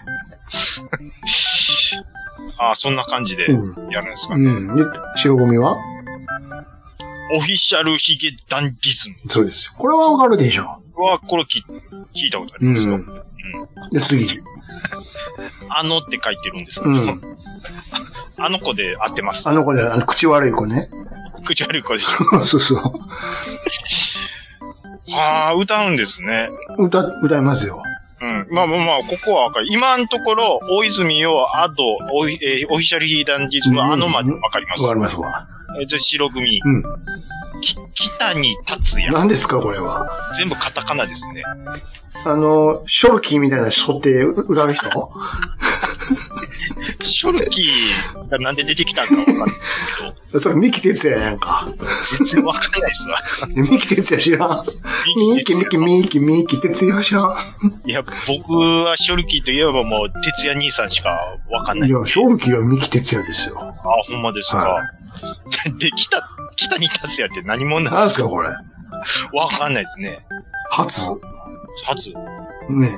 あそんな感じでうやるんですか、うん。で白ゴミはオフィシャルヒゲダンディズムそうですよ。これはわかるでしょ。は、これ聞聞いたことありうますよ。ん。で、次。あのって書いてるんですけうど、ん。 あの子で合ってますあ。の子で、あの、口悪い子ね。 口悪い子でし そうそう。ょ。はあ、歌うんですね。歌、歌いますよ。うん。まあまあまあ、ここはわかる。今のところ、大泉洋、アド、オフィ,、えーオフィシャルヒゲダンディズム、うんあのまでわかります。わかりますわ。えじゃあ白組、うん。き北に達也。何ですか、これは。全部カタカナですね。あの、ショルキーみたいな人って歌う人ショルキーがなんで出てきたんかわかんないけど、それ、三木哲也やん か。全然わかんないですわ。三木哲也知らん。三木、三木、三木、三木哲也知らん。いや、僕はショルキーといえばもう、哲也兄さんしかわかんないいんで。や、ショルキーは三木哲也ですよ。あ、ほんまですか。はで、北、北に達也って何者なん何ですすか、これ。かわかんないですね。初。初。ね。えっと、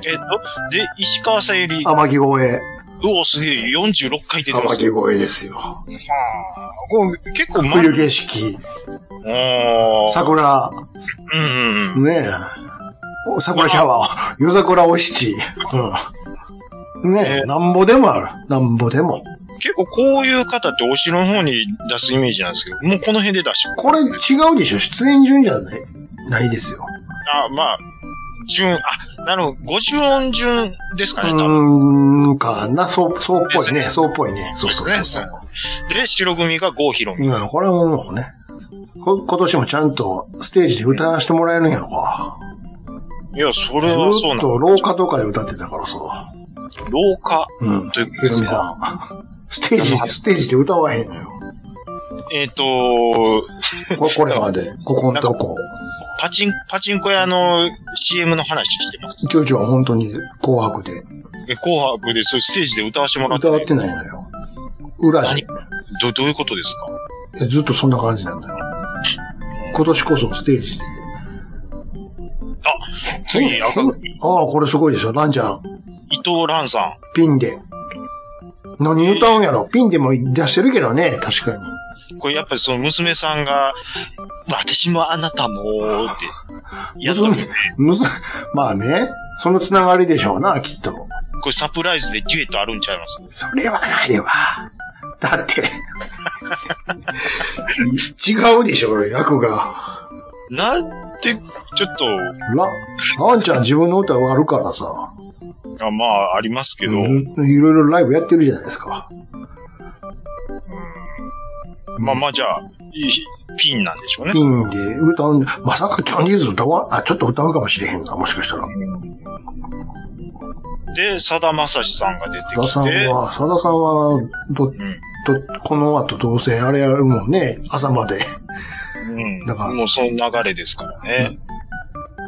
で、石川さゆり。う天城越え。お、すげえ、46回出てま天すよ。城越えですよ。はあこう結構、ま、冬景色。おー桜。うんうんうん。ねえ。お桜シャワー。夜桜お七。うん。ねええ、なんぼでもある。なんぼでも。結構こういう方ってお城の方に出すイメージなんですけど、もうこの辺で出してこれ違うでしょ出演順じゃない、ないですよ。あ、まあ、順、あ、なるほど、五十音順ですうかね、多分。ーん、かな。そう、そうっぽいでね。そうっぽいね。そうそうそうそそうう。で、白組が郷ひろみ。うん、これはもうね。こ今年もちゃんとステージで歌わせてもらえるんやろか。いや、そずれはそうーっなとの。廊下とかで歌ってたからさ。廊下うん。というひろみさん。ステージ、ステージで歌わへんのよ。えっ、と、ここれまで。ここんとこ。パチン、パチンコ屋の CM の話してます。ちょいちょい本当に紅白でえ、紅白で、そう、ステージで歌わせてもらって。歌ってないのよ。裏で。ど、どういうことですかずっとそんな感じなんだよ。今年こそステージで。次、赤組ああ、これすごいでしょ。ランちゃん、伊藤蘭さピンで。何歌うんやろピンでも出してるけどね、確かに。ん。これやっぱりその娘さんが、私もあなたも、って、 やった娘もん。、娘、まあね、そのつながりでしょうな、きっと。これサプライズでデュエットあるんちゃいますそれはないわ。だって、 違うでしょ、役が。なんて、ちょっと、ラ、ランちゃん自分の歌はあるからさ。あまあ、ありますけいど、ろいろライブやってるじゃないですか。まあまあ、じゃあ、いいピンなんでしょうね。ピンで歌うん、まさかキャンディーズ歌わん、あ、ちょっと歌うかもしれへんな、もしかしたら。で、さだまさしさんが出てさださきんて、は、さださんは、ど、んど、この後どうせあれやるもんね、朝までうん、だからもうその流れですからね。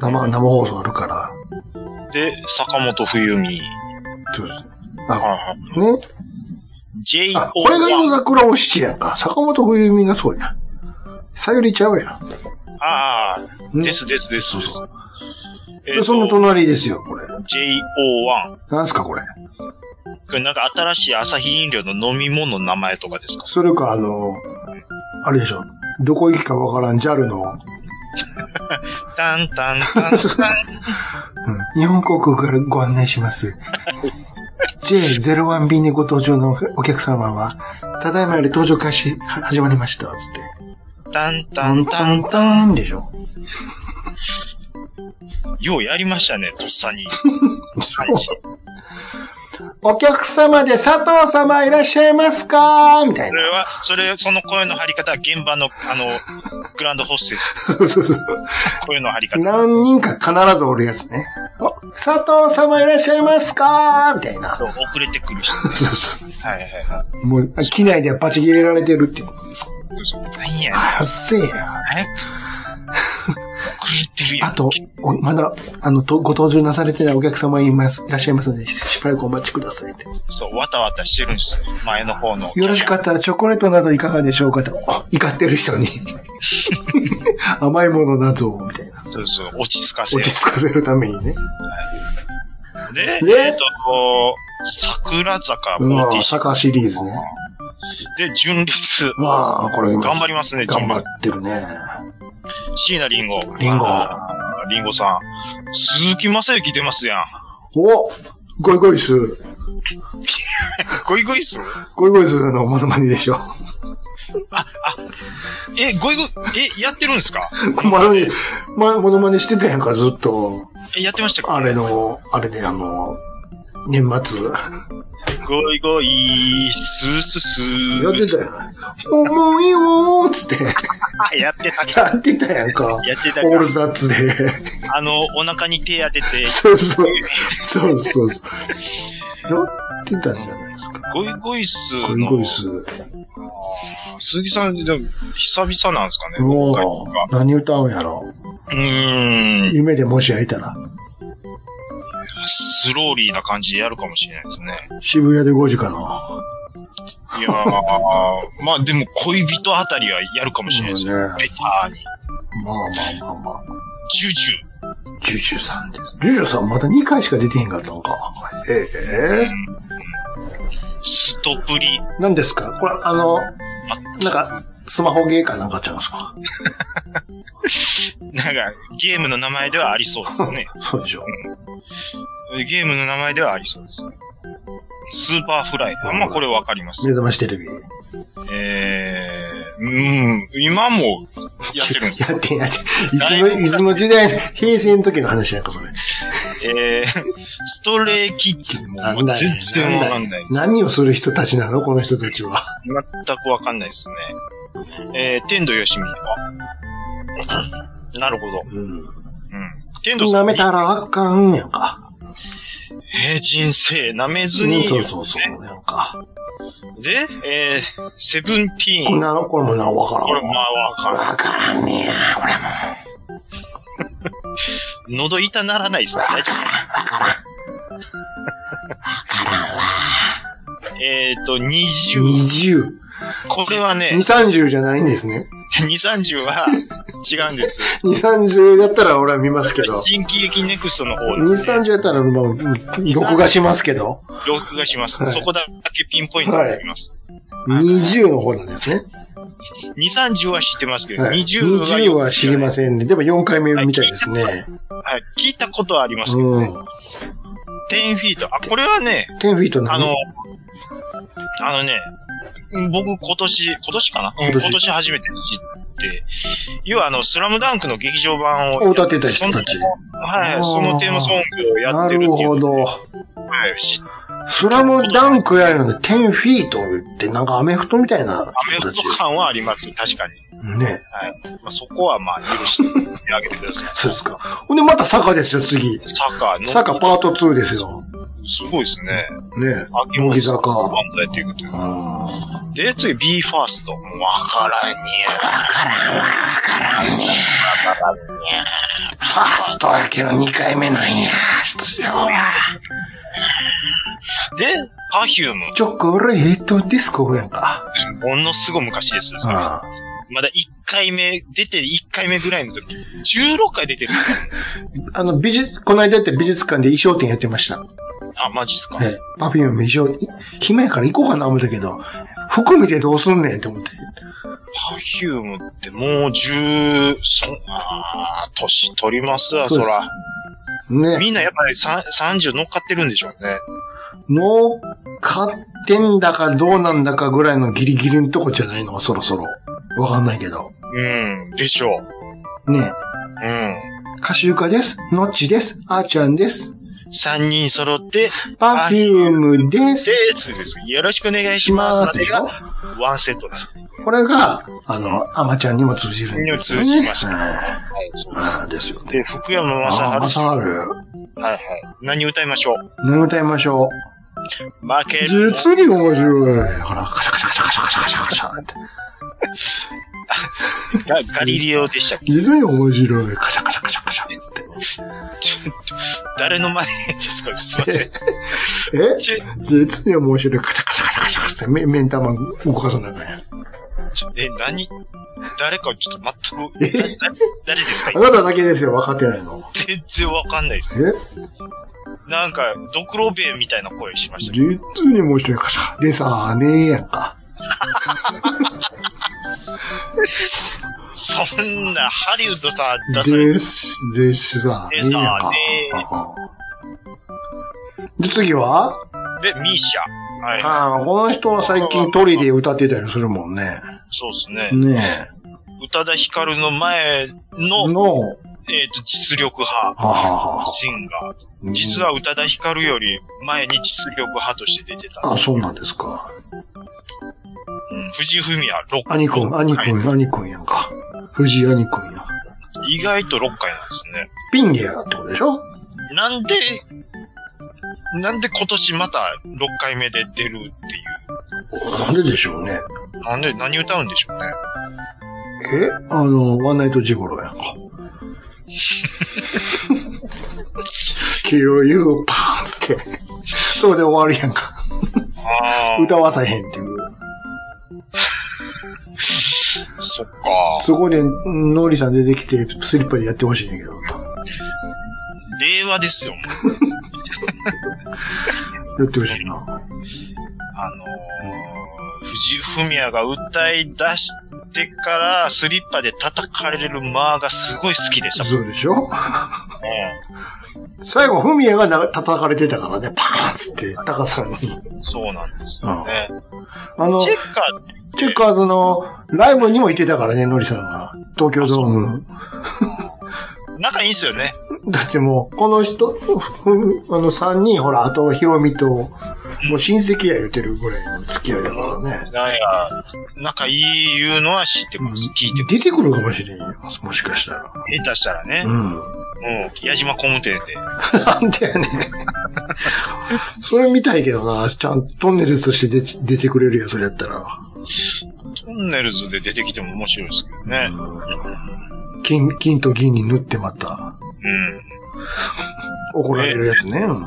生、生放送あるから。で、坂本冬美。そうですね。ああ、あね。 J.O. あ、これが夜桜お七やんか。坂本冬美がそうやん。さゆりちゃうやん。ああ、ねですですです。。そうそうえっ、で、そのと、隣ですよ、これ。 J.O.1。なんすか、これ。これなんか新しい朝日飲料の飲み物の名前とかですかそれか、あの、あれでしょ。どこ行きかわからん JAL の、タンタンタンタン。うん日本航空からご案内します。J01B にご搭乗のお客様は、ただいまより搭乗開始は始まりました、つって。タンタンタンタン。タンでしょ。ようやりましたね、とっさに。お客様で佐藤様いらっしゃいますかみたいそれな。は、それ、その声の張り方は現場の、あの、グランドホステス。声の張り方。何人か必ずおるやつね。あ佐藤様いらっしゃいますかみたいな。遅れてくる人。はいはいはい。もう、機内ではバチ切れられてるって。そうそう。何や、あ、うっせえや。早く。狂ってるやん。あと、おまだ、あの、とご登場なされてないお客様います、いらっしゃいますので、しばらくお待ちくださいって。そう、わたわたしてるんですよ。前の方の。よろしかっったらチョコレートなどいかがでしょうかと、あ怒ってる人に。 甘いものなどを、みたいな。た。そうそう、落ち着かせ落るち。着かせるためにね。で、ねえっと、桜坂うボデわィ坂シリーズね。で、純烈。わあ、これ、頑張りますね、頑純張っ烈。てるね。椎名林檎。リンゴ。あー。リンゴさん。鈴木正幸出ますやん。おゴイゴイスー。ゴイゴイスゴイゴイスーのモノマネでしょ。え、ゴイゴイ、え、やってるんですかモノマネ、まモノマネしてたやんか、ずっと。え、やってましたかあれの、あれであの、年末。ゴイゴイ、スースースー。やってたやん。思いをーっつって、あ、やってたか。やってたやんか。やってたかオールザッツで。あの、お腹に手当てて、そうそう。そうそうそう。やってたんじゃないですか。ゴイゴイスゴーイの。ゴイスー。鈴木さん、でも、久々なんですかね、今回もとかう、何歌うんやろ。うーん、夢でもし会えたら、スローリーな感じでやるかもしれないです ね。渋谷で5時かな。いやー、まあでも、恋人あたりはやるかもしれないですね。うんねベターに。まあまあまあまあ。ジュジジュジュさん。ジュジュさんまた2回しか出てへんかったのか。えュ、えストプリ。何ですかこれ、あの、なんか、スマホゲーかなんかちゃうんですかなんか、ゲームの名前ではありそうです ね。そうでしょ。ゲームの名前ではありそうですね。スーパーフライ。あまあ、これわかります目。覚ましテレビ。えー、うん、今もやってるんです。 やってんやってん。いつの、いつの時代、平成の時の話やんか、それ。えー、ストレイキッズもなもんうだよ全然わかんんだないでよす。何をする人たちなのこの人たちは。全くわかんないですね。えー、天童よしみは。なるほど。うん。うん。天童さ舐ん。めたらあかんやんか。えー、人生、舐めずうんに。そうそうそう、やんか。で、えー、セブンティーこれン。な、これもな、わからんこれ、わ。まあ、わかんない。わからんねや、これも。喉痛ならないですね。大丈夫。わからん。わからんわ。えっと、20。 20。これは2、ね、 30じゃないんですね。 2、30は違うんですよ。 2、30だったら俺は見ますけど。新喜劇ネクストの方2、です、ね。 30だったら、まあ、うん録画しますけど。録画します、はいそこだけピンポイントになります。 20の方なんですね。 2、30は知ってますけど、はい、 20は20は知りませんね。でも4回目みたいですね。はい。聞いたことはありますけど、うねん。 10フィート。あ、これはね、 10フィートなあのの、あのね、僕今年、今年かなうん今年今年初めて知って、要はあの、スラムダンクの劇場版を。を歌ってた人たちそのはあーい、そのテーマソングをやなってるるっていうほど。はい知っスラムダンクやのに10フィートってなんかアメフトみたいなアメ人フたちト。感はあります、確かに。ね。まあ、そこはまあ、許してあげてください。そうですか。ほんでまた坂ですよ、次。サッカーの。坂パート2ですよ。すごいですね。ね。乃木元坂。万う歳ということでん。わで、次、b ファースト。もうわからんにゃ。からんわ、わからんね。ファーストやけど2回目なんや。出場や。で、パフューム。チョコレートディスコやんか。ものすごい昔ですよ。うそれん。まだ1回目、出て1回目ぐらいの時、16回出てるんですよ。あの、美術、この間やって美術館で衣装展やってました。あ、マジっすか。ええ、パフィーム衣装、い暇やから行こうかな思ったけど、服見てどうすんねんって思って。パフュームってもう10、そ、あー年取りますわ、そうそですら。ね。みんなやっぱりさん30乗っかってるんでしょうね。もう、買ってんだかどうなんだかぐらいのギリギリのとこじゃないのそろそろ。わかんないけど。うん、でしょう。ねうん。歌集家です。ノッチです。あーちゃんです。 3人揃って、パフュームです。ですです。よろしくお願いします。しますそれが、ワンセットです。これが、あの、アマちゃんにも通じるんですよね。にも通じますはいはい、そうであーですよす。ね。で、福山雅治。あー、はまいさはる。はい。何歌いましょう何歌いましょう負ける。実に面白い。ほら、カシャカシャカシャカシャカシャカシャカシャって。ガガリレオでしたっけいざよ、面白い。カシャカシャカシャカシャ。つってね。ちょっと、誰の前ですかすいません。えちょ実に面白い。カシャカシャカシャカシャカシャって、め、目ん玉動かさなあかんやん。ちょえ、何誰かちょっと全えく、な誰ですかあなただけですよ、分かってないの。全然わかんないです。えなんか、ドクロベイみたいな声しましたね。実に面白い。カシャ。でさ、ねえやんか。そんな、ハリウッドさ、出されで、す、でしさ、ねでえさやんかねえ。で、次はで、ミーシャ。はい。ああ、この人は最近トリで歌ってたりするもんね。そうですね。ね宇多田ヒカルの前え。の、の、はえっ、と、実力派。ははは。シンガー。実は宇多田ヒカルより前に実力派として出てた。あ、そうなんですか。うん、藤文也6回。兄くん、兄くん、兄くんやんか。藤井兄くんや。はい意外と6回なんですね。ピン芸やってことでしょなんで、なんで今年また6回目で出るっていなんででしょうね。う。なんで、何歌うんでしょうね。えあの、ワンナイトジゴロやんか。キルユーパーンつって。それで終わるやんか。あ歌わさへんっていう。あ、そっか。そこで、ノーリさん出てきて、スリッパでやってほしいんだけど。令和ですよ、もうやってほしいな。あのー、藤文也が歌い出してから、スリッパで叩かれる間がすごい好きでしたもんそうでしょね。最後、フミヤがな叩かれてたからね、パーンつって、高さんに。そうなんですよね。あの、チェチッカーってェッカーズのライブにも行ってたからね、ノリさんが。東京ドーム。仲いいんすよね。だってもう、この人、ふあの3人、ほら、あとヒロミと、もう親戚や言うてるぐらいの付き合いだからね。なんや、仲いい言うのは知ってます。聞いてます。出てくるかもしれんよ、もしかしたら。下手したらねう、ん。もう、矢島工務店で。なんでやねん。 それ見たいけどな、ちゃんとトンネルズとして出て出てくれるやん、それやったら。トンネルズで出てきても面白いですけどね。うん金、金と銀に塗ってまた、怒られるやつね。ううんん。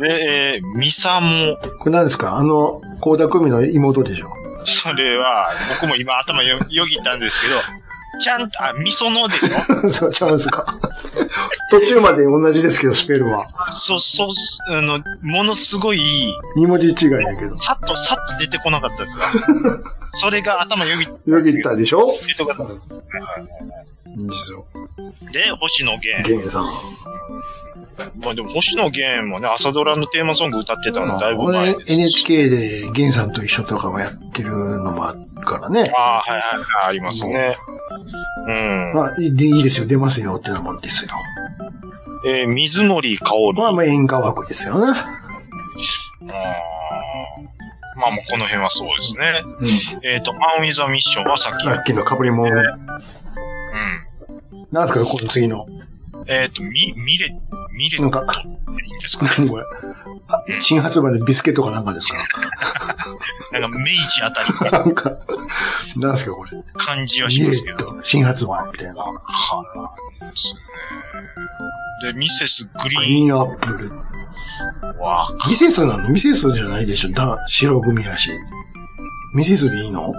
で、えー、ミサも、これ何ですかあの、高田組の妹でしょ それは、僕も今頭よよぎったんですけど、ちゃんと、あ、ミソのでしょそう、ちゃうんですか途中まで同じですけど、スペルは。そ、そ、あの、ものすごい、二文字違いだけど。さっとさっと出てこなかったですよ。それが頭よぎったんですけど。よぎったでしょ出てこなかっ実は。たで、星野源。ゲンさん。まあでも星野源もね、朝ドラのテーマソング歌ってたのだいぶ前俺ですし。 NHK でゲンさんと一緒とかもやってるのもあるからね。ああ、はいはいはい、ありますね。うん。まあ、いいでいいですよ、出ますよってなもんですよ。えー水森かおる。まあ、まあ、演歌枠ですよね。うんまあもうこの辺はそうですね。うえっ、と、アンウィザミッションはさっき。ん。さっきのかぶりもん。うなんすかこの次ん。の。えっ、と、み、ミレ、ミレなんットかっていいん ですかね。何これ。あ新発売のビスケットかなんかですかなんか明治あたりのなんか、なんすかこれ。感じはミしレますけッど。ト、新発売みたいな。はい。ですね。で、ミセスググリリーンアップル。ーンは、ミセスなのミセスじゃないでしょだ、白組やし。ミセスでいいの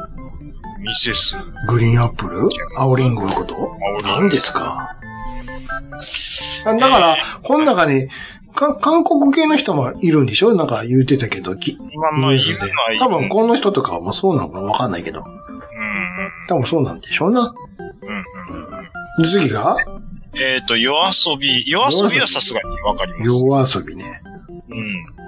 ミセス、グリーンアップル青リンゴのこと青リンゴ何ですかあだから、この中に、か、韓国系の人もいるんでしょなんか言ってたけど、きまあまあニュースでいるのはいる多分この人とかもそうなのかわかんないけど。う多分そうなんでしょうな。ん、うん、うん。で次がえっ、と、夜遊び。夜遊びはさすがにわかります。夜遊びね。う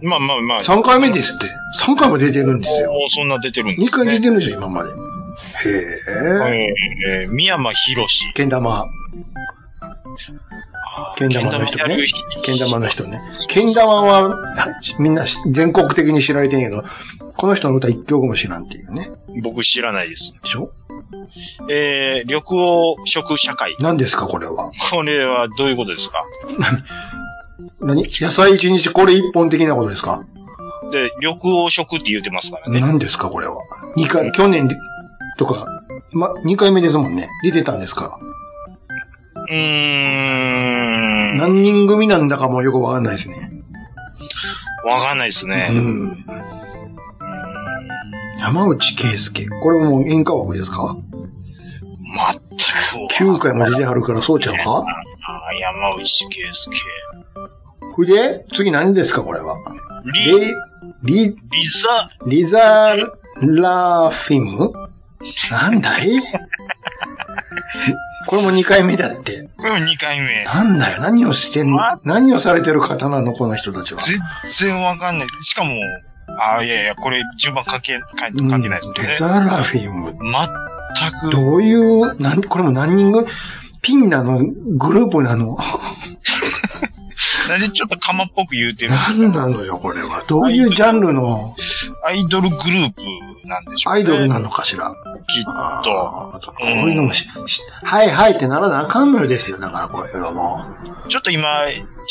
ん。まあまあまあ。 3回目ですって。3回も出てるんですよ。もうそんな出てるんで2す回出ね。てるんですよ、今まで。へえ。はいえー、宮間博士。けん玉。けん玉の人ね。けん玉の人ね。けん玉は、はいみんなし全国的に知られてんけど、この人の歌一曲も知らんっていうね。僕知らないです。でしょえー、緑黄色社会。何ですか、これは。これはどういうことですか何野菜一日これ一本的なことですかで、緑黄色って言うてますからね。何ですか、これは。二回、去年でとか、ま、2回目ですもんね。出てたんですかうーん。何人組なんだかもよくわかんないですね。わかんないですね。ううんん。山内圭介。これも演歌枠ですか全く。 9回も出てはるからそうちゃうかあー山内圭介。ほいで、次何ですかこれは。リ、リ、リリ、ザ、リザラフィムなん だいこれも2回目だって。これも2回目。なんだよ。何をしてんのま何をされてる方なのこの人たちは。全然わかんない。しかも、あーいやいや、これ順番書け、書い書けないうんでレすよね。ザーラフィム。全く。どういう、なん、これも何人ぐピンなのグループなのなんでちょっとカマっぽく言うてるんです何なのよ、これは。どういうジャンルのアイドルグループなんでしょうアね。イドルなのかしら。きっと。あーこういうのもし、しはいはいってならなあかんのよですよ。だからこれはもちょっと今、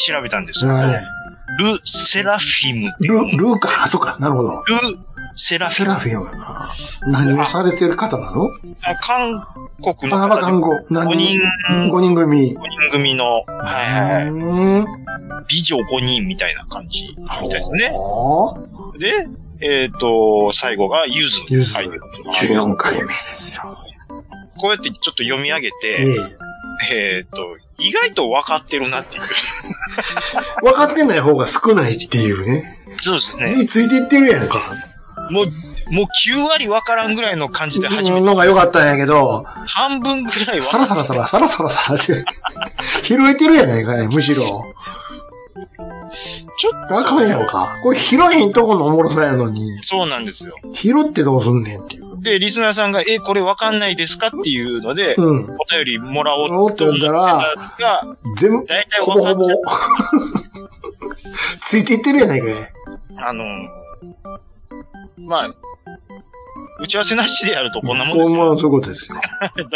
調べたんですけう。ど、はいル・セラフィムっていうル、ルーカ、あ、そうか、なるほど。ル・セラフセィム。ラフィム。あー何をされてる方なのあ韓国のあ、まあ、看方で護。何五人五人組。 5人組の、はいはい、うーん。美女5人みたいな感じみたいですね。ほう。で、えっ、と、最後がユズ。ゆずアイドルとか14回目ですよ。こうやってちょっと読み上げえて、え。えっ、と、意外と分かってるなっていう。分かってない方が少ないっていうね。そうですね。についていってるやんか。もう、もう9割分からんぐらいの感じで始めの方が良かったんやけど、半分ぐらいサはラサラサラ、サラサラサラって、拾えてるやないかい、むしろ。ちょっと。あかんやんか。これ拾えんとこのおもろさやのに、そうなんですよ。拾ってどうすんねんっていう。で、リスナーさんが、え、これわかんないですかっていうので、うん。お便りもらおうおってと思言ったったら、が、全部大体、ほ分ぼかっほちぼ ゃ、ついていってるやないかい。あの、まあ、打ち合わせなしでやるとこんなもんこでうすもよ。うそういうことですよ。だって、行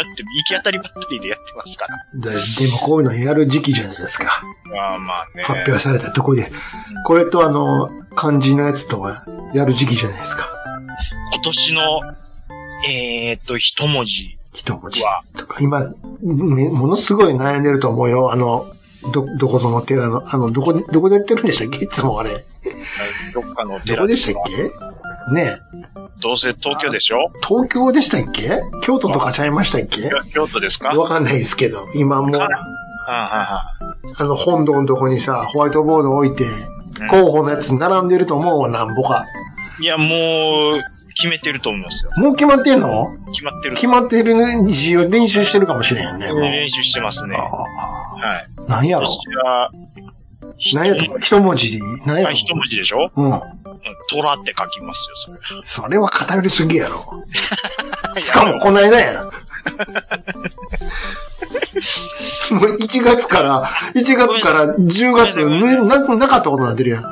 き当たりばったりでやってますから。ででもこういうのやる時期じゃないですか。まあまあね。発表されたとこで。これとあの、漢字のやつとはやる時期じゃないですか。今年の、えーっと、一文字一文字。は、とか、今、ね、ものすごい悩んでると思うよ。あの、ど、どこぞの寺の、あの、どこで、どこでやってるんでしたっけいつもあれ。どっかのど寺こででしたっけねえどうせ東京でしょ東京でしたっけ京都とかちゃいましたっけ京都ですかわかんないですけど、今もう、ああの、本堂のとこにさ、ホワイトボード置いて、候補のやつ並んでると思うわ、なんぼか。いや、もう、決めてると思いますよ。もう決まってんの決まってる。決まってる字を練習してるかもしれんよね。もう練習してますね。はあい。あ何やろ私は、何やろ一文字で何やあろ一文字でしょうん。うん虎って書きますよ、それ。それは偏りすぎやろ。しかもこの 間や。もう1月から、1月から10月、ごめんぬななかったことになってるやん。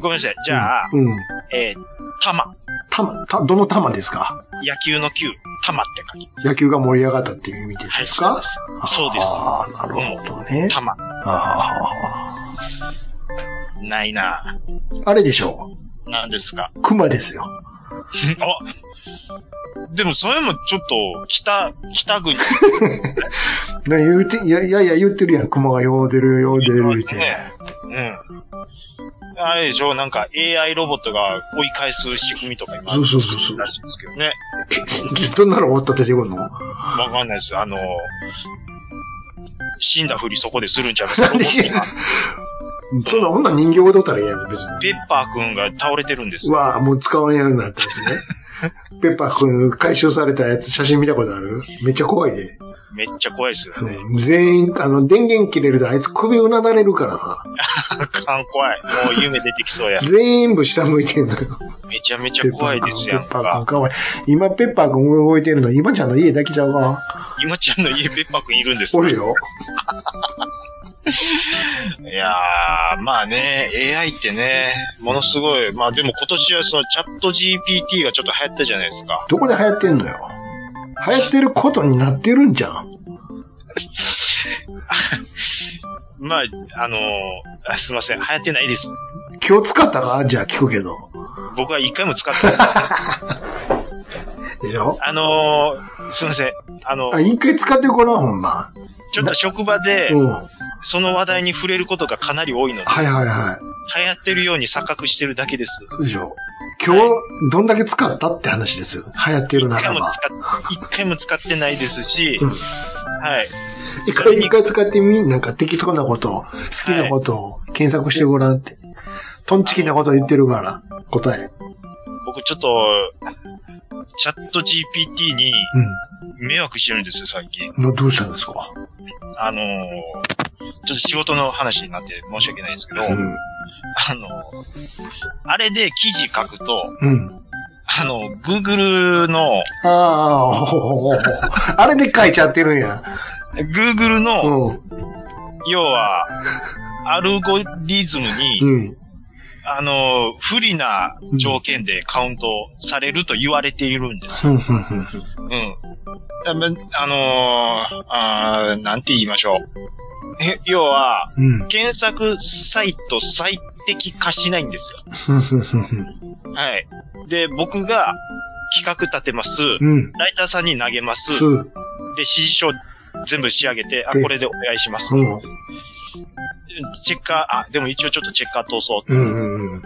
ごめんなさい。じゃあ、うん。えー、玉。玉、た、どの玉ですか野球の球。玉って書きま野球が盛り上がったっていう意味す。ではい、すそうかで、す。そうです。ああ、なるほどね。玉。あないなあ、あれでしょ何ですか。う。熊ですよ。あでもそれもちょっと、北、北国。な言うて、いやいやいや言ってるやん。熊がよう出るよう出るって。ねうん。あれでしょなんか AI ロボットが追い返す仕組みとか今、そうそうそうそ作ってうるらしいんですけどね。 どんなの終わったって出てくんのわかんないです。あの、死んだふりそこでするんちゃいますロボットがそんな、女人形踊ったらいいやん、別に。ペッパーくんが倒れてるんですよ。わあ、もう使わんようになった んですね。ペッパーくん回収されたやつ写真見たことあるめっちゃ怖いで。めっちゃ怖いですよね。全員、あの、電源切れるとあいつ首うなだれるからさ。あかん怖い。もう夢出てきそうや。全部下向いてんのよ。めちゃめちペゃッパ怖ーいくん、ですペやッんパーくんか。かわいい。今、ペッパーくん動いてるの、今ちゃんの家だけちゃうか今ちゃんの家ペッパーくんいるんですおかるよ。いやー、まあね、AI ってね、ものすごい。まあでも今年はそのチャット GPT がちょっと流行ったじゃないですか。どこで流行ってんのよ。流行ってることになってるんじゃん。まあ、あのーあすいません、流行ってないです。今日使ったかじゃあ聞くけど。僕は一回も使ってない。えでしょあのー、すいません。あの、あ、一回使ってごらん、ほんま。ちょっと職場で、うん。はいその話題に触れることがかなり多いので、はいは流行ってるように錯覚してるだけです。い。でしょ今日、どんだけ使ったって話ですよ。流行ってる一な回らもば。使っ、一回も使ってないですし、うんはい。一回、一回使ってみ、なんか適当なことを、好きなことを検索してごらんって。トンチキなこと言ってるから、答え。僕ちょっと、チャット GPT に迷惑してるんですよ、最近。うん。のどうしたんですかあのーちょっと仕事の話になって申し訳ないですけど、うん。あのーあれで記事書くと、うん。あの、Google の、ああ、ほほほほ。あれで書いちゃってるんや。 Google うの、ん。要 は、アルゴリズムに、うん。あの、不利な条件でカウントされると言われているんですふよ。んふんふんふうんん。あまあのーあーなんて言いましょう。え要は、うん。検索サイト最適化しないんですよ。ふんふんふんふんはい。で、僕が企画立てます。うん。ライターさんに投げます。す、うん。で、指示書全部仕上げて、あ、でこれでお願いします。チェッカー、あ、でも一応ちょっとチェッカー通そう。うんうんうん。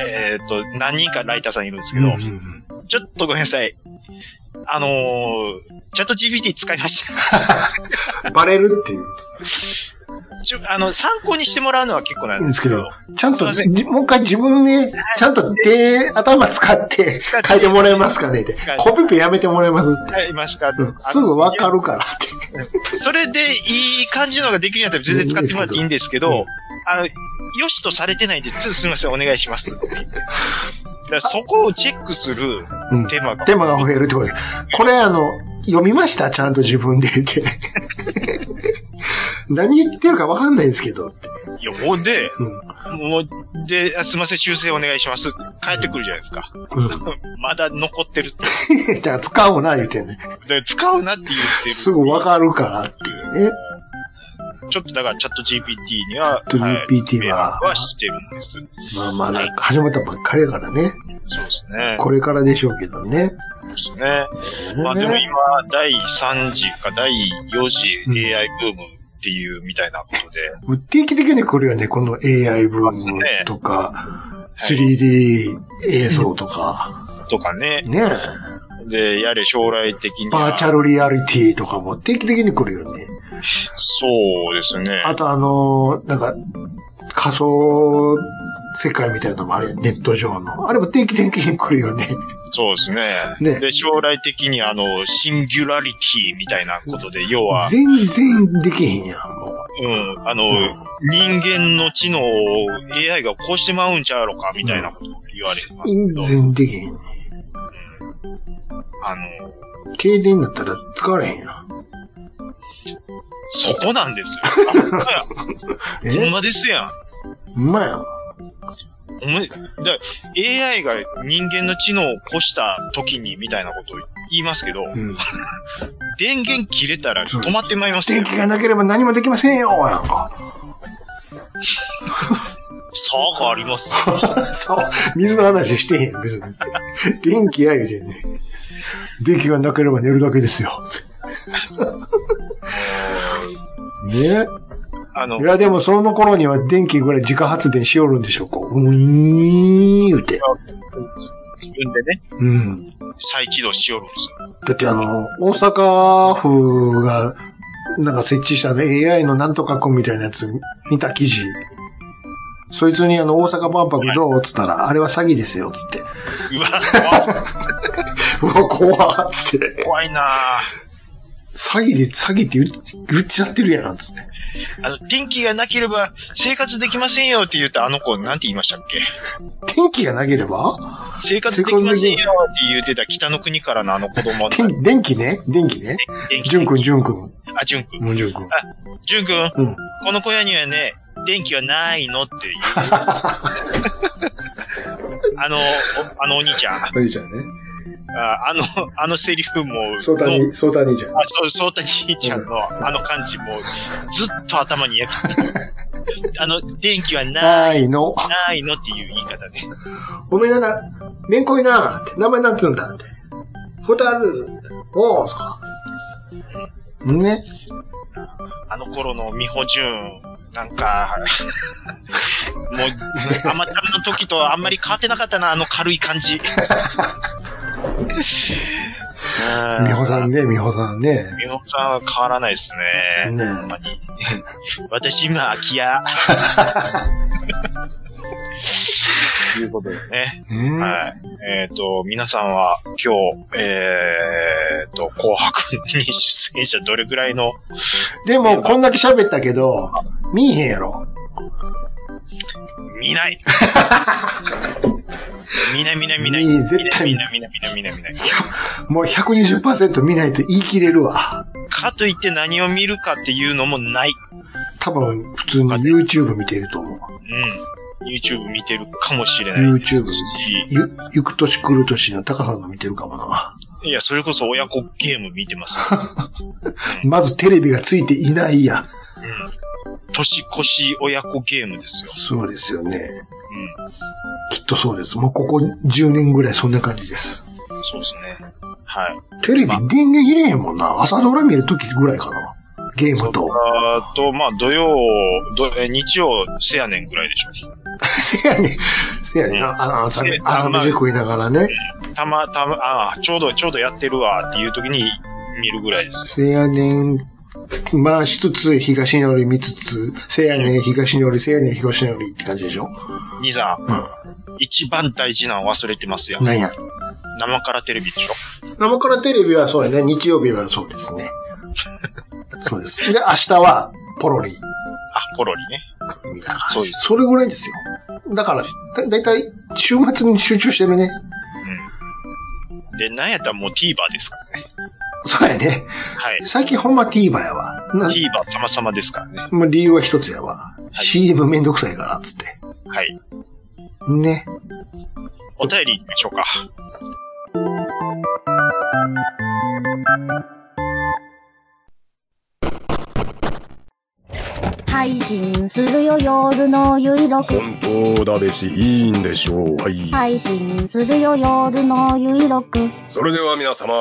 えーっと、何人かライターさんいるんですけうんど、うんうん。ちょっとごめんなさい。あのー、チャット GPT 使いました。バレるっていう。ちょあの、参考にしてもらうのは結構なんですけど。 ちゃんすいと、ませじもう一回自分で、ちゃんと手、頭使 って使って書いてもらえますかねって使っ。てコピペやめてもらえますって。はい、いますか、うんすぐわかるからって。る。それでいい感じのができるんやったら全然使ってもらっていいんですけど、あの、よしとされてないんで、つすみません、お願いしますって言って。だからそこをチェックするうん手間が。手間が増えるってことで。これあの、読みましたちゃんと 自分でって。何言ってるかわかんないですけどって。いや、ほんで、うん もう、で、あすみません、修正お願いしますって帰ってくるじゃないですか。うん。 まだ残ってるって。だから使うな言うてね。で使うなって言ってる。すぐわかるからっていうね。ちょっとだからチャット GPT には、チャット GPT 迷は惑はしてるんです。まあまあ、なんか始まったばっかりやからね。そうですね。これからでしょうけどね。そうですね。まあでも今、第3次か第4次うん AI ブームっていうみたいなことで、定期的に来るよね、この AI ブームとか、3D 映像とか、とかね。ね、で、やれ将来的には。バーチャルリアリティとかも定期的に来るよね。そうですね。あとあのーなんか、仮想世界みたいなのもあれ、ネット上の。あれも定期的に来るよね。そうですね。ねで、将来的にあの、シンギュラリティみたいなことで、要は、全然できへんやん、もう。うん、あの、うん人間の知能を AI がこうしてまうんちゃうやろか、みたいなこと言われてますけ全ど、然できへんね。あの、停電だったら使われへんやん。そこなんですよ。ほん えまですやん。うまやん。お前、だから AI が人間の知能を越した時にみたいなことを言いますけど、うん。電源切れたら止まってまいりますよ電。気がなければ何もできませんよ、やんか。差がありますよ。 そう。水の話してへんよ、別に。電気や言うてんね。電気がなければ寝るだけですよ。 ねあのい、や、でもその頃には電気ぐらい自家発電しおるんでしょう、こう。うーん、言うて。自分でね、うん。再起動しよるんですよ。だってあの、大阪府が、なんか設置したね、AI のなんとか君みたいなやつ見た記事。そいつにあの、大阪万博どうっつったら、あれは詐欺ですよ、つって。 うわ、 うわ、怖っつって。怖いなぁ詐欺で、詐欺って言っ言っちゃってるやん、つって。あの、電気がなければ生活できませんよって言ったあの子、なんて言いましたっけ天気がなければ生活できませんよって言ってた北の国からのあの子供の天、電気ね電気ね電気 純くん、純くん。あ、純くん。もう純くん。純くん、うん。この小屋にはね、電気はないのっていう。あの、おあのお兄ちゃん、あお兄ちゃんね。あの、あのセリフも、ソータの兄、ソータ兄ちゃん。あそう、そうた兄ちゃんのあの感じも、ずっと頭に焼き付いてるあの、電気はな、ないいの。ないのっていう言い方で。おめえなな、めんこいなって、名前なんつうんだって。ホタル、おう、そっか。ね。あの頃の美穂純、なんか、 もう、アマちゃんの時とあんまり変わってなかったな、あの軽い感じ。美美穂さん。ね、美穂さんね。美穂さんは変わらないですね。ねほんまに私今、空き家。ということでね。うん。はい。えっ、と、皆さんは今日、えっ、と、紅白に出演者どれぐらいのでも、こんだけ喋ったけど、見えへんやろ。見ない 見ない見ない見ない。見絶対見ない見ない見ない見ない見ない見ない。もう120%見ないと言い切れるわ。かといって何を見るかっていうのもない。多分、普通に YouTube 見てると思う。うん。YouTube 見てるかもしれないですし。 YouTube ゆ、ゆく年来る年の高さんの見てるかもな。いや、それこそ親子ゲーム見て ます。まずテレビがついていないや。うん。年越し親子ゲームですよ。そうですよね。きっとそうです。もうここ10年ぐらいそんな感じです。うん。そうですね。はい。テレビ電源入れへんもんな。朝ドラ見るときぐらいかな。ゲームと。あと、まあ、土曜、どえ日曜、せやねんぐらいでしょう。せやね。せやね。ああ朝せ朝飯食いながらね。たま、たま、ああ、ちょうど、ちょうどやってるわっていう時に見るぐらいですよ。せやねん。まあしつつ、東寄り見つつ、せやねん、東寄り、せやねん、東寄りって感じでしょ兄さん、う一番大事なの忘れてますよん。。なんや。生からテレビでしょ。生からテレビはそうやね。日曜日はそうで すね。そうです。で、明日は、ポロリ。あ、ポロリね。みたいなそうですそれぐらいですよ。だから、だだいたい、週末に集中してるね。うん。で、なんやったらもう TVer ですからね。そうやね。はい。最近ほんま TVer やわ。な TVer 様々ですからね。もう理由は一つやわ。CM めんどくさいから、つって。はい。ね。お便り行きましょうか。配信するよ夜のゆいろく本当だべし、いいんでしょう。はい。配信するよ夜のゆいろくそれでは皆様、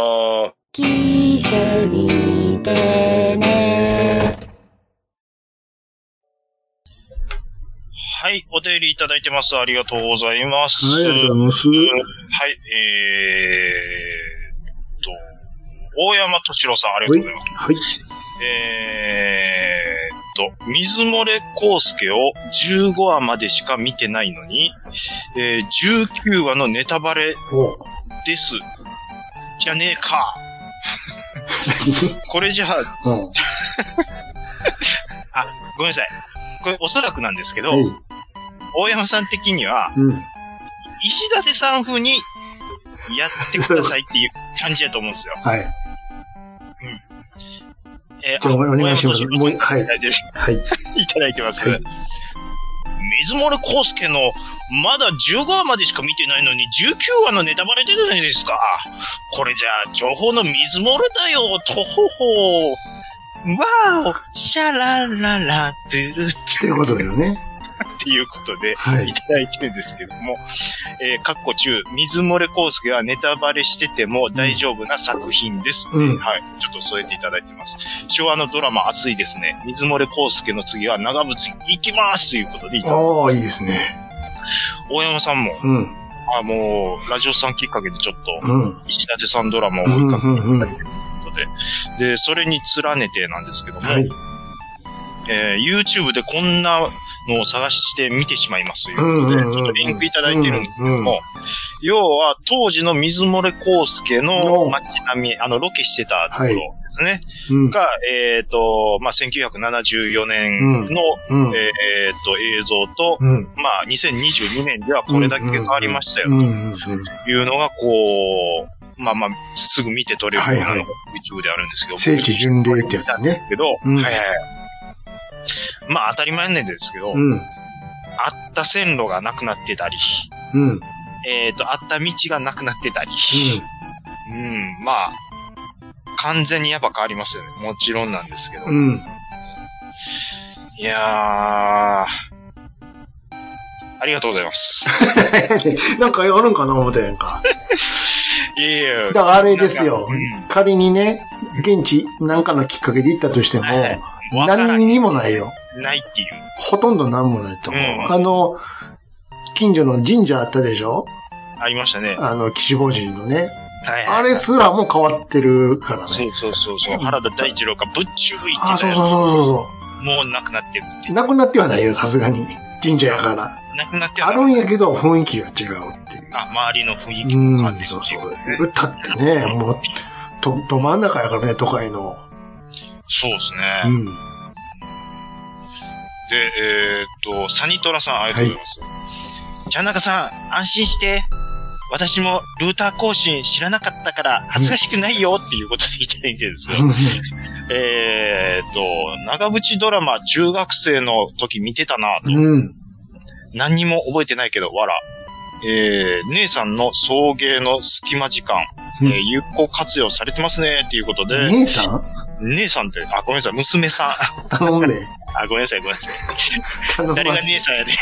聞いてみてねはい。お便りいただいてます。ありがとうございます。ございます。はい。えーっと、大山敏郎さん、ありがとうございます。はい。えーっと、水漏れ康介を15話までしか見てないのに、えー19話のネタバレ おうです。じゃねえか。これじゃあ、うん。ごめんなさい。これおそらくなんですけど、はい大山さん的には、うん。石立さん風にやってくださいっていう感じだと思うんですよ。はい。えーじゃあお願い大山します敏郎さんもうはいいただいてはい。いただいてます。はい水森康介の、まだ15話までしか見てないのに、19話のネタバレ出てないですか。これじゃ、情報の水漏れだよ、とほほ。わお、シャラララ、ドゥルっていうことだよね。っていうことで、はいい。ただいてるんですけども、えー、かっこ中、水漏れ康介はネタバレしてても大丈夫な作品です。うんはい。ちょっと添えていただいてます。昭和のドラマ熱いですね。水漏れ康介の次は長渕行きますということでいい、ああ、いいですね。大山さんも、うん。あもう、ラジオさんきっかけでちょっと、うん。石立さんドラマをう追いん。かけうん。うん。たので、で、それに連ねてなんですけども、はい。えー YouTube でこんなのを探して見てしまいますということで、うんうんうんうんちょっとリンクいただいてるんですけどうんうも、要は当時の水漏れ康介のの街並み、あの、ロケしてたところですね。うん。が、えっ、と、まあ、1974年の、うん。えっ、と、映像と、うん。まあ、2022年ではこれだけ変わりましたようん。うん。うんというのが、こう、まあまあ、すぐ見て取れるようなはいのはが YouTube であるんですけど、聖地巡礼ってやつね。けど、うんはいはいはい。まあ当たり前なんですけど、うん。あった線路がなくなってたり、うん。うん。えっ、と、あった道がなくなってたり、うん、まあ、完全にやっぱ変わりますよね。もちろんなんですけど。うん。いやー、ありがとうございます。 なんかあるんかな思ったやんか。いやいやだからあれですよなん。仮にね、現地なんかのきっかけで行ったとしても、はいわからん何にもないよ。ないっていう。ほとんど何もないと思う。うんあの、近所の神社あったでしょありましたね。あの、岸坊神のね。はいはいあれすらも変わってるからね。そうそうそうそう。原田大二郎がぶっちゅういってたあ、やつそうそうそうそもうなくなってるってう。。なくなってはないよ、さすがに。神社やから。なくなってはあなるいんやけど、雰囲気が違うっていう。あ、周りの雰囲気も変わうっん、てるそうっていそううことね。。歌ってね、もう、と、ど真ん中やからね、都会の。そうですね。うん。で、えーっと、サニトラさん、ありがとうございます。じゃなかさん、安心して。私もルーター更新知らなかったから恥ずかしくないよっていうことで言っていてるんですよ。えーっと、長渕ドラマ中学生の時見てたなと。うん。何にも覚えてないけど、わら。えー、姉さんの送迎の隙間時間、うんえー有効活用されてますね、っていうことで。姉さん姉さんって、あ、ごめんなさい、娘さん。 頼んで。あ、ごめんなさい、ごめんなさい。頼誰まがす姉。さんやね。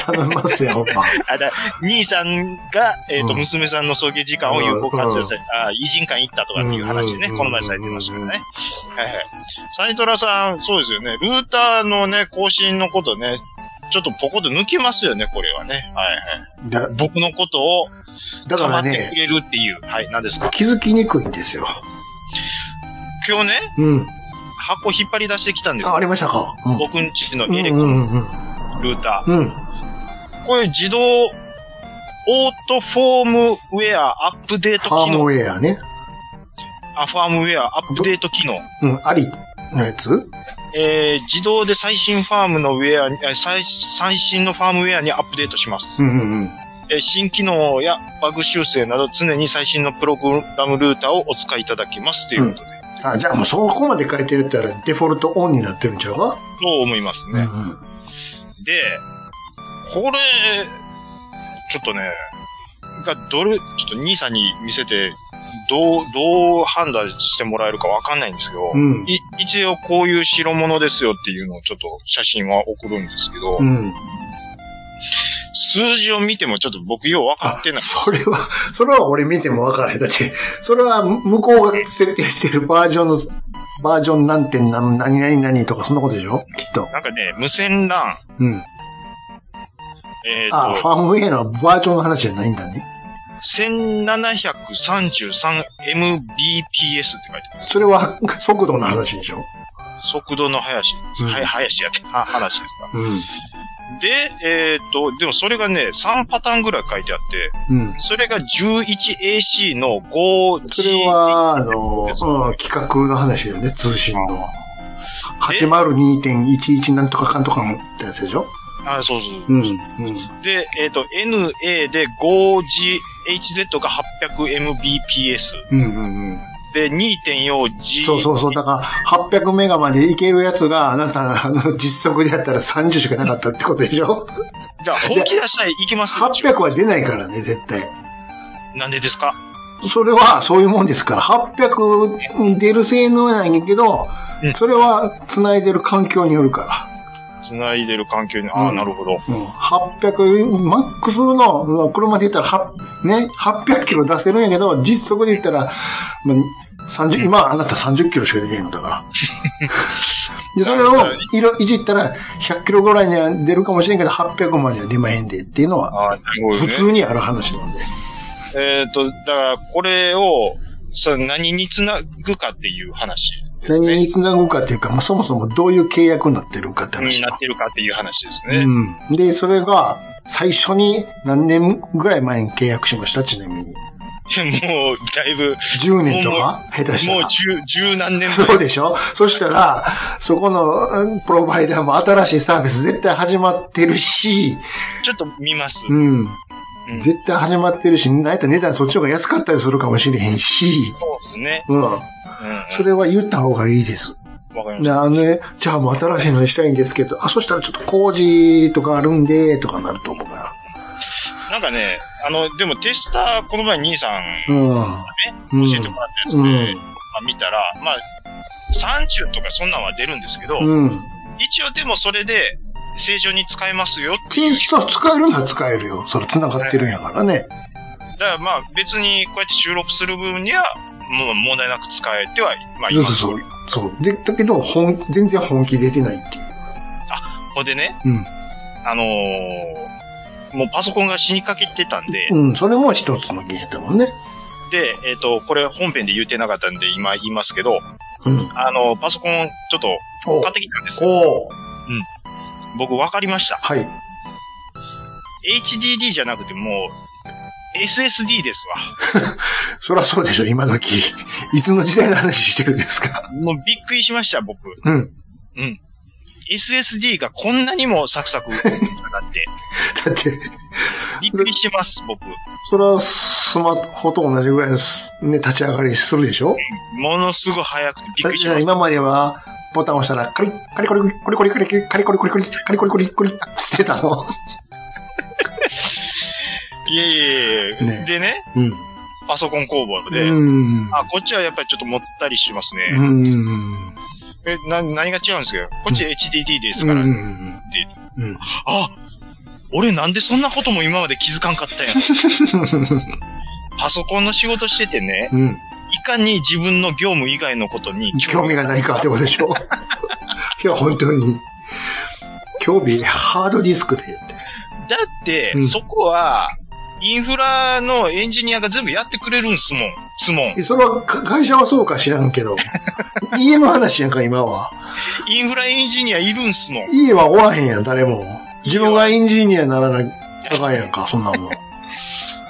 頼みますよ、ほんま。あ、だ、兄さんが、えっ、と、うん娘さんの送迎時間を有効活用され、あ、偉人館行ったとかっていう話ね、うんこの前されてましたよね。はいはい。サニトラさん、そうですよね。ルーターのね、更新のことね、ちょっとポコッと抜けますよね、これはね。はいはい。だ、僕のことを、だから構ってくね、れるっていう。はい、何ですか気づきにくいんですよ。今日ね、うん。箱引っ張り出してきたんですあ、よ。ありましたか。うん僕んちのうんエレうクのんうんルータうん。うん。ー。これ自動オートフォームウェアアップデートファ機ー能。ムウェアね。あ、ファームウェアアップデート機能。うん、ありのやつえー、自動で最新ファームのウェアに、え最、最新のファームウェアにアップデートします。うんうんえー新機能やバグ修正など常に最新のプログラムルーターをお使いいただけますということで。うん。あ、じゃあもうそこまで書いてるって言ったらデフォルトオンになってるんちゃうかそう思いますうんうね。ん。で、これ、ちょっとね、がどれ、ちょっと兄さんに見せて、どう、どう判断してもらえるかわかんないんですけど、うん。い一応こういう代物ですよっていうのをちょっと写真は送るんですけど、うん。数字を見てもちょっと僕よう分かあってない。、 それは、それは俺見ても分からへん。だって、それは向こうが設定してるバージョンの、バージョン何点何、何々何とかそんなことでしょきっと。なんかね、無線 LAN、うん。えっ、あ、フと、ァームウェアのバージョンの話じゃないんだね。 1733mbps って書いてます。それは速度の話でしょ速度の林です。うんはい、林やって、あ、話ですか。うん。で、えっ、と、でもそれがね、3パターンぐらい書いてあって、うん。それが 11AC の 5G。それ、は、あの、ですうん企画の話だよね、通信の。802.11なんとかかんとかのってやつでしょあ、そうそう。うん。うん。で、えっ、と、NA で 5GHZ が 800mbps。うんうんうん。で、2.4G。そうそうそう。だから、800メガまでいけるやつが、あなた、あの、実測でやったら30しかなかったってことでしょじゃあ、本気出したらいきますよ。 ?800 は出ないからね、絶対。なんでですかそれはそういうもんですから、800に出る性能なんやけどうん、それは繋いでる環境によるから。繋いでる環境に、ああ、うんなるほど。うん800、マックスの、まあ車で言ったら、8ね、800キロ出せるんやけど、実測で言ったら、まあ、30、うん今あなた30キロしかできへんの だから。で、それをいろいじったら、100キロぐらいには出るかもしれんけど、800までは出まへんでっていうのは、ああ、なるほど、ね。普通にある話なんで。えっ、と、だから、これを、さ、何につなぐかっていう話です何ね。に繋ぐかっていうか、まあ、そもそもどういう契約になってるんかってに話。なってるかっていう話ですね。うん。で、それが、最初に何年ぐらい前に契約しましたちなみに。もう、だいぶ、 10年とか下手したもら。う十、十何年前。そうでしょそしたら、そこのうんプロバイダーも新しいサービス絶対始まってるし、ちょっと見ます。うん。うんそう絶対始まってるし、なんやったら値段そっちの方が安かったりするかもしれへんし、ですね。うん。うん。それは言った方がいいです。わかりましであのね、じゃあもう新しいのにしたいんですけど、あ、そしたらちょっと工事とかあるんで、とかなると思うかた。なんかね、あの、でもテスター、この前兄さんら。うん。うん。教えてもらったやつで、うんまあ見たら、まあ、30とかそんなんは出るんですけど、うん。 1一応でもそれで、正常に使えますよ。チーズと使えるのは使えるよ。それ繋がってるんやからね。だからまあ別にこうやって収録する分には、もう問題なく使えては、まあそう今そうそう。そう。で、だけど、本、全然本気出てないっていう。ほんでね、うんあのーもうパソコンが死にかけてたんで、うん、それも一つの原因だもんね。で、えっ、と、これ本編で言ってなかったんで今言いますけど、うん。あのーパソコンちょっとおう買ってきたんですよ。おう僕分かりました。はい。 HDD じゃなくてもう、SSD ですそりゃそうでしょ、今時。いつの時代の話してるんですか。わ。もうびっくりしました、僕。うん。 SSD がこんなにもサクサク動くんだなって。だって、びっくりしてます、僕。それはスマホと同じぐらいのす、ね、立ち上がりするでしょものすごい速くてびっくりしじゃあました。今までは、ボタン押したら、カリッ、カリコリコリコリコリコリカリコリコリコリカリコリコリコリしてたの。いやいやいや、ねでね、うん。パソコン工房うで、ん。あ、こっちはやっぱりちょっともったりしますね。うん。え、な、何が違うんですかこっち HDD ですから、うってん。言ってうん。あ俺なんでそんなことも今まで気づかんかったんや。 パソコンの仕事しててね、うん。いかに自分の業務以外のことに興味がないかってことでしょいや、本当に。興味、ハードディスクでやって。だって、うんそこは、インフラのエンジニアが全部やってくれるんすもん。すもん。えそれはか会社はそうか知らんけど。家の話やんか、今は。インフラエンジニアいるんすもん。家はおらへんやん、誰も。自分がエンジニアにならない。あかんやんか、そんなもん。だ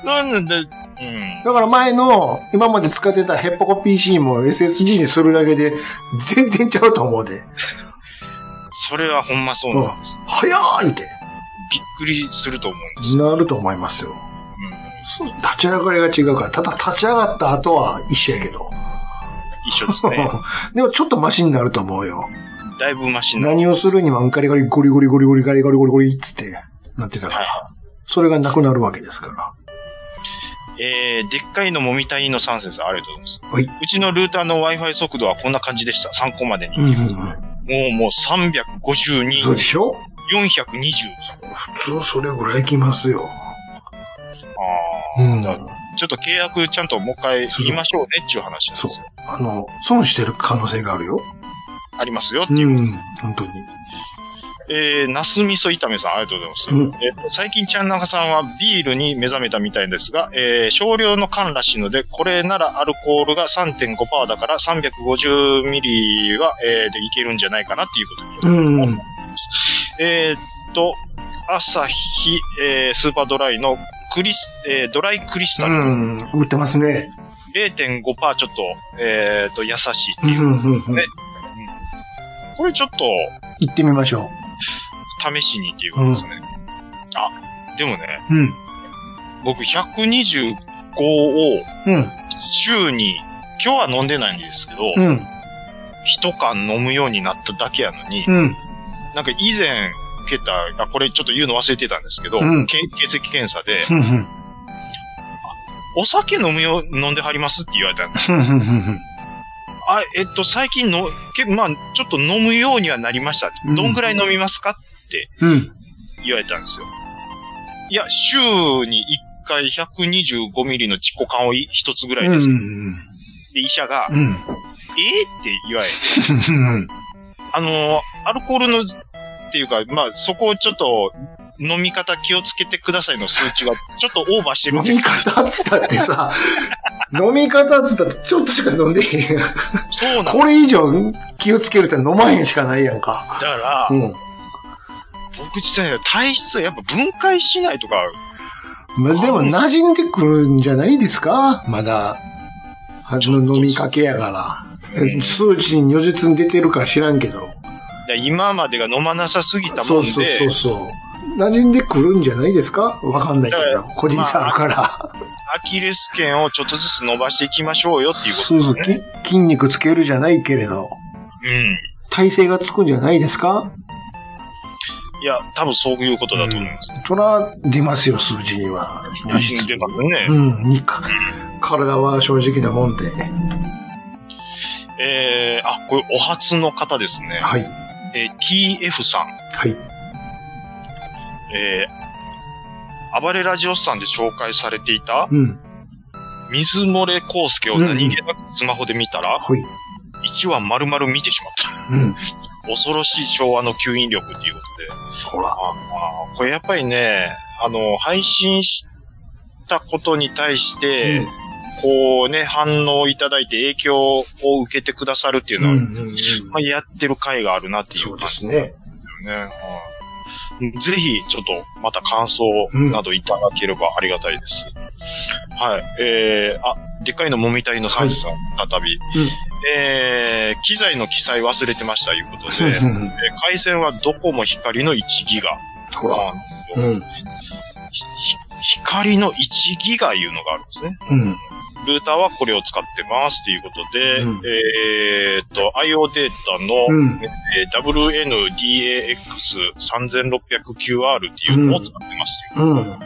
なんで、うん。から前の、今まで使ってたヘッポコ PC も SSG にするだけで、全然ちゃうと思うで。それはほんまそうなんです。早ーいって、びっくりすると思うんです。なると思いますよ。うんそう立ち上がりが違うから、ただ立ち上がった後は一緒やけど。一緒です ね。でもちょっとマシになると思うよ。だいぶマシな。何をするにもガリガリゴリゴリゴリゴリガリゴリゴリゴリっつってなってたかはら。それがなくなるわけですから。い。えー、でっかいのもみたいの3節ありがとうございます。はいうちのルーターの Wi-Fi 速度はこんな感じでした。参考までに。うんうんうん。もうもう352、そうでしょ420。普通それぐらいきますよ。あうん。だーちょっと契約ちゃんともう一回言いましょうねっていう話なんそでうすよ。。あの、損してる可能性があるよ。ありますよ。うん。本当に。えー、ナス味噌炒めさん、ありがとうございます。うんえっと最近ちゃんなかさんはビールに目覚めたみたいですが、えー、少量の缶らしいので、これならアルコールが3.5%だから350ミリは、えー、でいけるんじゃないかなっていうことにうん。うん。えーっと、朝日、えースーパードライのクリス、えードライクリスタル、売ってますね。 0.5%ちょっと、えーっと、優しいってうんいう。うんうん。ねこれちょっと、行ってみましょ試しにっていうことですね。あ、でもね、う。うん。僕125をうん。週に、今日は飲んでないんですけど、うん。一缶飲むようになっただけやのに、うん。なんか以前、受けた、あ、これちょっと言うの忘れてたんですけど、うんけ血液検査でう、ん。うん。お酒飲むよ、飲んではりますって言われたんですうん。うん。うん。あ、えっと、最近の、けまあ、ちょっと飲むようにはなりました。うんどんぐらい飲みますかうん。言われたんですよ。いや、週に1回125ミリのチコ缶を1つぐらいです。うん。で、医者が、えうん。ー、って言われ、うん。あのーアルコールの、っていうか、まあ、そこをちょっと、飲み方気をつけてくださいの数値が ちょっとオーバーしてる飲んでみすけ方っつったってさ、飲み方っつったってちょっとしか飲んでへんやん。ど、そうなんこれ以上気をつけるって飲まへんしかないやんか。だからう、ん。僕自体は体質やっぱ分解しないとか、ま、でも馴染んでくるんじゃないですかまだ。あの飲みかけやから。うん数値に如実に出てるか知らんけど。だ今までが飲まなさすぎたそもんうで、そうそうそう。馴染んでくるんじゃないですかわかんないけだど。個人差あるから。アキレス腱をちょっとずつ伸ばしていきましょうよっていうこそとうでそすう。ね。き筋肉つけるじゃないけれど。うん。体勢がつくんじゃないですかいや、多分そういうことだと思います。そら、出ますよ、数字には。写真出ますね。うん、にか、体は正直なもんで。えー、あ、これお初の方ですね。はい。えー TF さん。はい。えー暴れラジオさんで紹介されていた、うん。水漏れ康介を何気なくスマホで見たら、はい。 1話丸々見てしまった。 うん。恐ろしい昭和の吸引力っていうことで。ほら。ああ、これやっぱりね、あの、配信したことに対して、うんこうね、反応いただいて影響を受けてくださるっていうのは、うんうんうんまあ、やってる回があるなっていそううで感すね。じだよね。うんぜひ、ちょっと、また感想などいただければありがたいです。はい。えー、あ、でっかいのもみたいのサンジさん、再び。うんえー、機材の記載忘れてました、いうことうん で、えーうんうん回線はドコモ光の1ギガ。ほら。あのうん。ひ光の1ギガいうのがあるんですね。うん。ルーターはこれを使ってますということで、うんえーっと、IO データの、うん。えー WNDAX3600QR っていうのを使ってますといううん。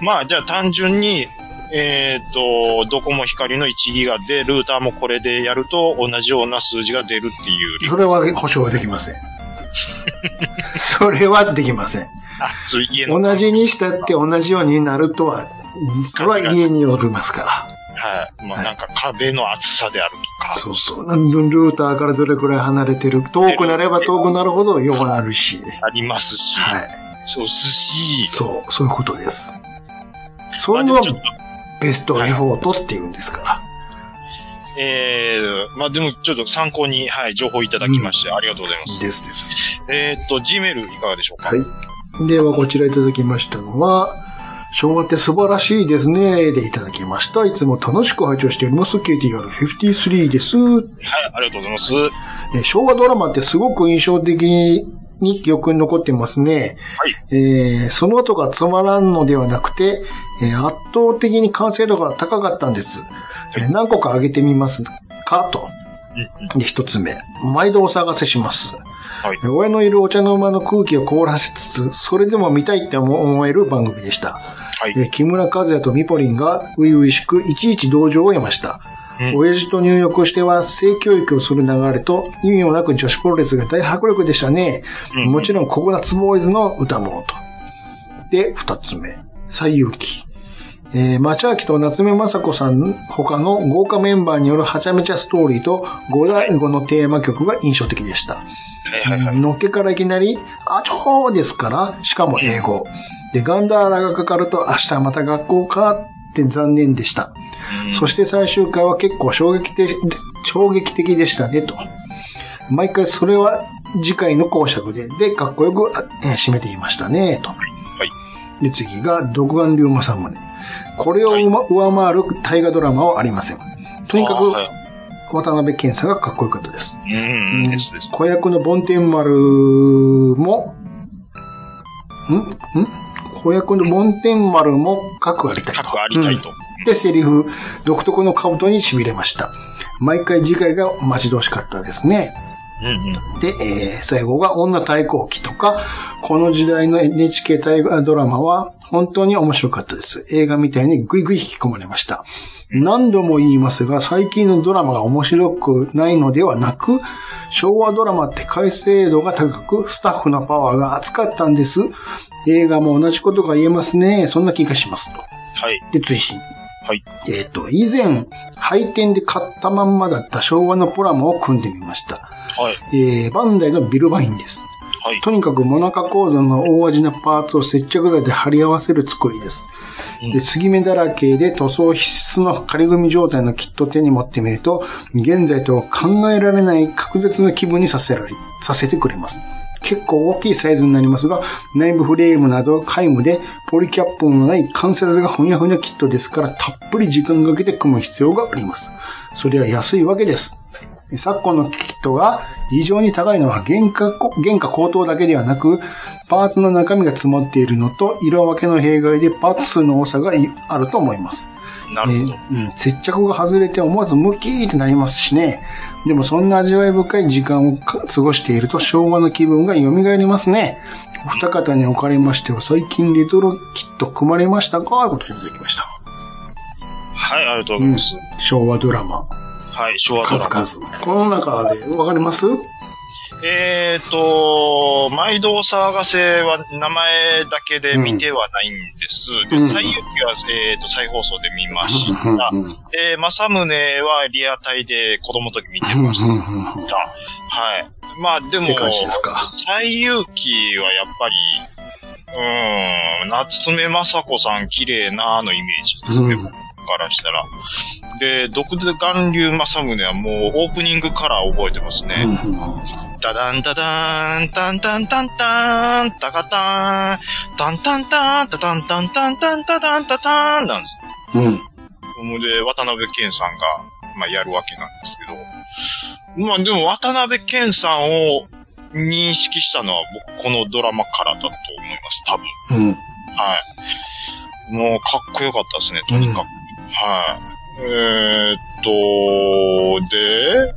まあ、じゃあ単純に、えーっと、ドコモ光の1ギガで、ルーターもこれでやると同じような数字が出るっていう理そ屈。れは保証はできま せん。それはできません。あ、そう家の。同じにしたって同じようになるとは、それは家によりますかはい。まあ、なんか壁の厚さであるとら。か。そうそう。ルーターからどれくらい離れてる。遠くなれば遠くなるほど汚なるし。ありますし、はそうすしい。、そう、そういうことです。そまうあいうでものはちょっとベストエフォートって言うんですから。ええまあでもちょっと参考に、はい、情報いただきまして、ありがとうございます。ですです。えーっと、Gmail いかがでしょうか、はい。では、こちらいただきましたのは、昭和って素晴らしいですね。でいただきました。いつも楽しく拝聴しております。KTR53 です。はい、ありがとうございます。えー昭和ドラマってすごく印象的に記憶に残ってますね。はいえーその後がつまらんのではなくて、えー圧倒的に完成度が高かったんです。えー何個か挙げてみますかと。で、一つ目。毎度お探せします。はいえー親のいるお茶の間の空気を凍らせつつ、それでも見たいって思える番組でした。はい。えー木村和也とミポリンが初々しくいちいち同情を得ました。うん親父と入浴しては性教育をする流れと意味もなく女子プロレスが大迫力でしたね。うんもちろんココナッツボーイズの歌もと。で、二つ目。最有機。えー、町明と夏目雅子さん他の豪華メンバーによるはちゃめちゃストーリーと五大五のテーマ曲が印象的でした。はいはいはい。のっけからいきなり、あちょーですから、しかも英語。で、ガンダーラがかかると明日また学校かって残念でした。そして最終回は結構衝撃的、衝撃的でしたねと。毎回それは次回の講釈で、で、かっこよく、あえー締めていましたねと。で、次が、独眼龍馬さんもね。これをうま上回る大河ドラマはありません。とにかあーくはい、渡辺謙さんがかっこよかったです。うん、うん、ですです。子役の梵天丸も、んん子役の梵天丸も核ありたいと。各ありたいと。うんで、セリフ、独特の兜に痺れました。毎回次回が待ち遠しかったですね。うん、うん。で、えー最後が女対抗期とか、この時代の NHK 大河ドラマは本当に面白かったです。映画みたいにぐいぐい引き込まれました。何度も言いますが、最近のドラマが面白くないのではなく、昭和ドラマって改正度が高く、スタッフのパワーが厚かったんです。映画も同じことが言えますね。そんな気がしますと。はい。で、追伸。はい。えっ、と、以前、廃店で買ったまんまだった昭和のポラマを組んでみました。はい。えーバンダイのビルバインです。はい。とにかくモナカ構造の大味なパーツを接着剤で貼り合わせる作りです。で、継ぎ目だらけで塗装必須の仮組み状態のキットを手に持ってみると、現在とは考えられない隔絶の気分にさせられ、させてくれます。結構大きいサイズになりますが、内部フレームなど皆無で、ポリキャップのない関節がふにゃふにゃキットですから、たっぷり時間かけて組む必要があります。それは安いわけです。昨今のキットが異常に高いのは原価こ、原価高騰だけではなく、パーツの中身が詰まっているのと、色分けの弊害でパーツ数の多さがいあると思います。なるほど。えーうん、接着が外れて思わずムキーってなりますしね。でもそんな味わい深い時間をか過ごしていると昭和の気分が蘇りますね。お二方におかれましては最近レトロキット組まれましたかということでいただきました。はい、ありがとうございます。昭和ドラマ、はい、昭和ドラ数マ。々。この中でわかりますえっ、と、毎度お騒がせは名前だけで見てはないんです。うんで、最有機は、えっ、と、再放送で見ましうんた。うんうんで、正宗はリアタイで子供の時見てました。はい。まあ、でもって感じですか、最有機はやっぱり、うーん、夏目雅子さん綺麗なのイメージですね、うん僕からしたら。で、独眼流正宗はもうオープニングから覚えてますね。うんうんうんダダンダダーン、タンタンタンタン、タカタン、タンタンタン、タタンタンタンタンタタンタタンなんです。うん。ほんで、渡辺健さんが、まあ、やるわけなんですけど。まあ、でも渡辺健さんを認識したのは僕このドラマからだと思います、多分。うん。はい。もうかっこよかったですね、とにかく。はい。えー、っと、で、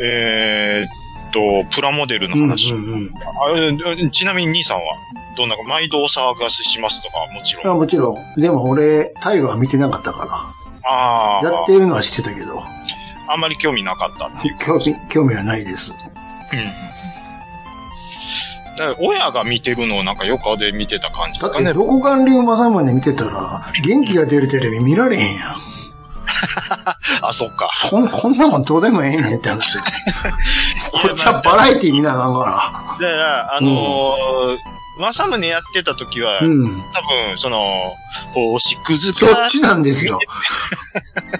えー、っと、プラモデルの話。うんうんうんあえちなみに兄さんは、どんなか、毎度お騒がせしますとか、もちろあん。もちろん。でも俺、タイガーは見てなかったかあら。やっあ、てるのは知ってたけど、あんまり興味なかったっていう。興味、興味はないです。だから親が見てるのをなんか横で見てた感じでだすっかねて、。どこかん流正宗見てたら、元気が出るテレビ見られへんやん。あ、そっか。そん、こんなもんどうでもええねんって話。こっちはバラエティ見なあかんかだから、あのー、正宗やってた時は、ら。うん。多分、その、星屑そかっ。ちなんですよ。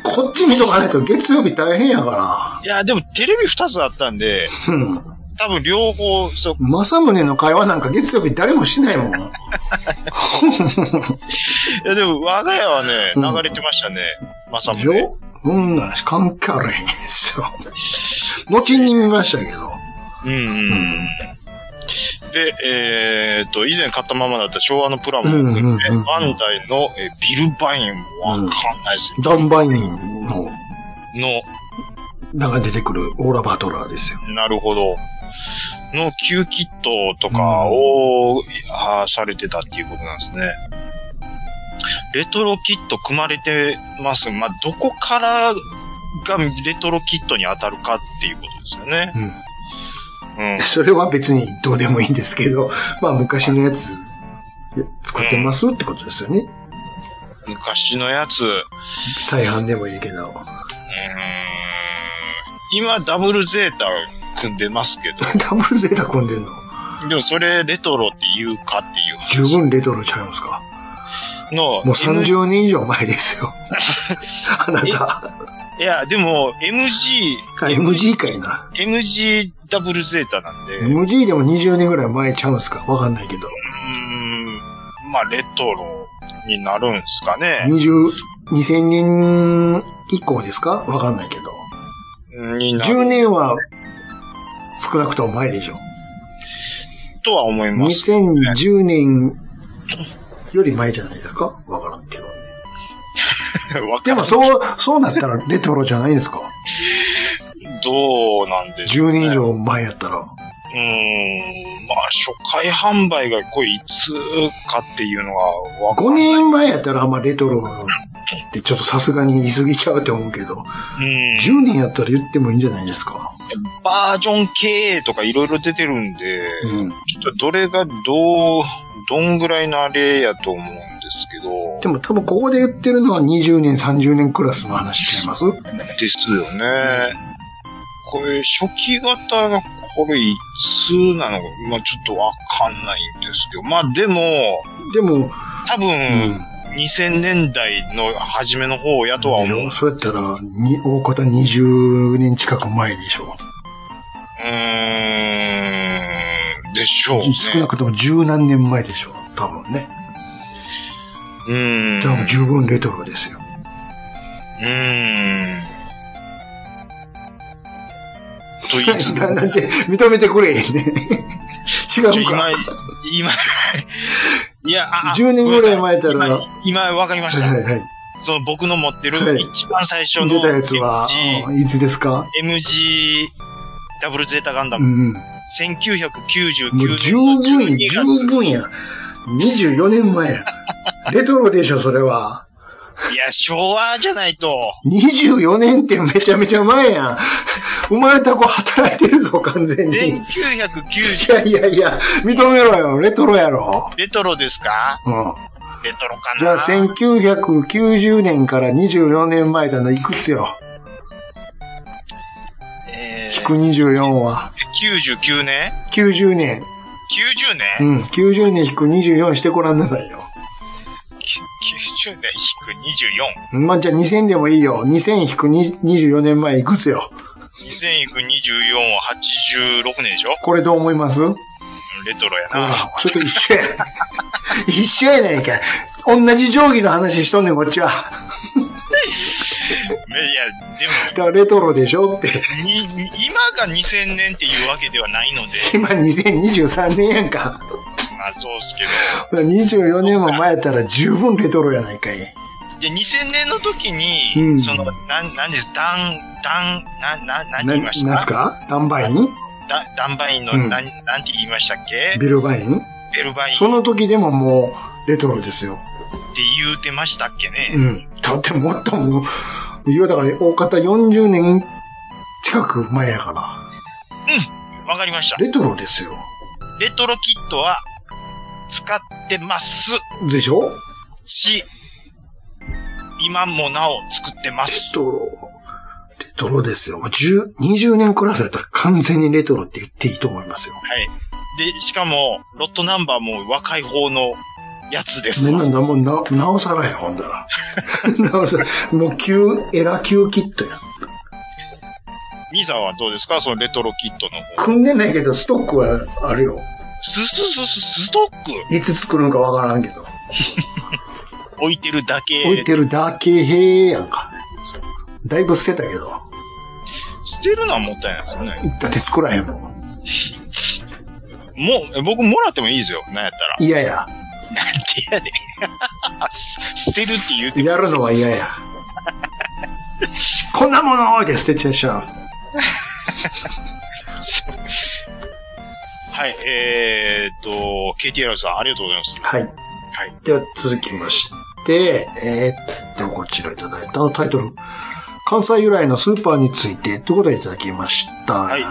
こっち見とかないと月曜日大変やかいや、でもテレビ二つあったんで、ら。うん。多分両方、そう、正宗の会話なんか月曜日誰もしないもん。いや、でも我が家はね、うん流れてましたね。正で宗しょうんなんし関係あるへんですよ。後に見ましたけど。うんうん。うんで、えー、っと、以前買ったままだった昭和のプラモを送って、うんうんうんうんバンダイのえビルバインもわかんないですよ。ダンバインの、の、なんか出てくるオーラバトラーですよ。なるほど。の Q キットとかを、あーされてたっていうことなんですね。レトロキット組まれてます。まあ、どこからがレトロキットに当たるかっていうことですよね。うん。うん。それは別にどうでもいいんですけど、まあ昔のやつ、や作ってますってことですよね。昔のやつ、うーん。再販でもいいけど。 ダ今ダブルゼータ組んでますけブルゼータ組んでんのど、でもそれレトロって言うかっていう話十分レトロちゃいますかの、もう30年以上前ですよ。あなた。いや、でも MG、あ MG かいな。 MG ダブルゼータなんで、う MG でも20年ぐらい前ちゃうんすかわかんないけーど。ん、まあ、レトロになるんですかね。 20、2000年以降ですかわかんないけど。にな10る年は少なくとも前でしょ。とは思います。 2010年より前じゃないですかわからんけどね。 わでかもる。そう、そうなったらレトロじゃないですかどうなんでしょう、 ?10 ね。年以上前やったら。うーん、まあ、初回販売がこれいつかっていうのがわか5んない。年前やったらあんまレトロってちょっとさすがに言い過ぎちゃうと思うけど、うん。 10年やったら言ってもいいんじゃないですか。バージョン経営とかいろいろ出てるんで、うん。ちょっとどれがどう、どんぐらいのあれやと思うんですけど、でも多分ここで言ってるのは20年、30年クラスの話ちゃいますですよね。これ、初期型がこれいつなのか、まあちょっとわかんないんですけど、まあでも、でも、多う分、2000年代の初めの方やとは思う。うそうやったら、に大方20年近く前でしょーん、でしょう、ね。少なくとも十何年前でしょ多分ね。うーん。でも十分レトロですよ。うーん。と言いつつ、ななんで、 認めてくれへん ね。違ちょう今か。、 今、いや、ああ10年ぐらい前やったらごめんなさい今、今わかりまはしいた。はいはい。その僕の持ってるはい一番最初の出たやつは、 MG、いつですか MG ダブルゼータガンダうム、ん。 1999もう十年の分、 12月十分や。24年前や。レトロでしょ、それは。いや、昭和じゃないと。 24年ってめちゃめちゃ前やん。生まれた子働いてるぞ、完全に。い1990、 やいやいや、認めろよ、レトロやろ。レトロですかうん。レトロかなじゃあ、1990年から24年前だな、いくつよ。え引くー、 24は。 99年90年。 ?90 年、うん。90年引く24してごらんなさいよ。き ?90 年引まあ、じゃあ2000でもいいよ。2000引くに24年前いくつよ。く24。2000引く24は86年でしょこれどう思いますうん。レトロやな。それと一緒や。 一緒やないかい。同じ定規の話しとんねん、こっちは。いや、でも、だからレトロでしょって。に、に今が2000年っていうわけではないので、今2023年やんか。まあそうっすけど。 24年も前やったら十分レトロやないかい。で、2000年の時に、うんその、なん、なんです、ダン、ダン、な、な、何な言いましなんたすかダンバインダダンバインの、うんなん、なんて言いましたっけビルバインベルバインっその時でももうレトロですよ。て言うてましたっけね、うん。だってもっともう、いやだから大方40年近く前やから。わかりました。レトロですよ。レトロキットは、使ってますでしょし、今もなお作ってまレす。トロ。レトロですよ。10 20年クラスだったら完全にレトロって言っていいと思いますよ。はい。で、しかも、ロットナンバーも若い方のやつですねわ。なんだ、もうな、なおさらや、ほんだら。 なおさら、もう旧、エラ旧キットや。兄さんはどうですかそのレトロキットの方。組んでないけど、ストックはあるよ。すすすすストックいつ作るのかわからんけど。置いてるだけ。置いてるだけへやんか。だいぶ捨てたけど。捨てるのはもったいないですよね。だって作らへんもん。もう、え僕もらってもいいですよ。なんやったら。嫌や。なんてやで。す捨てるって言うてやるのは嫌や。こんなもので捨てちゃいしゃう。はい、えーっと、KTR さん、ありがとうございます。はい。はい。では続きまして、えーっと、こちらいただいたのタイトル。関西由来のスーパーについてということでいただきました。はい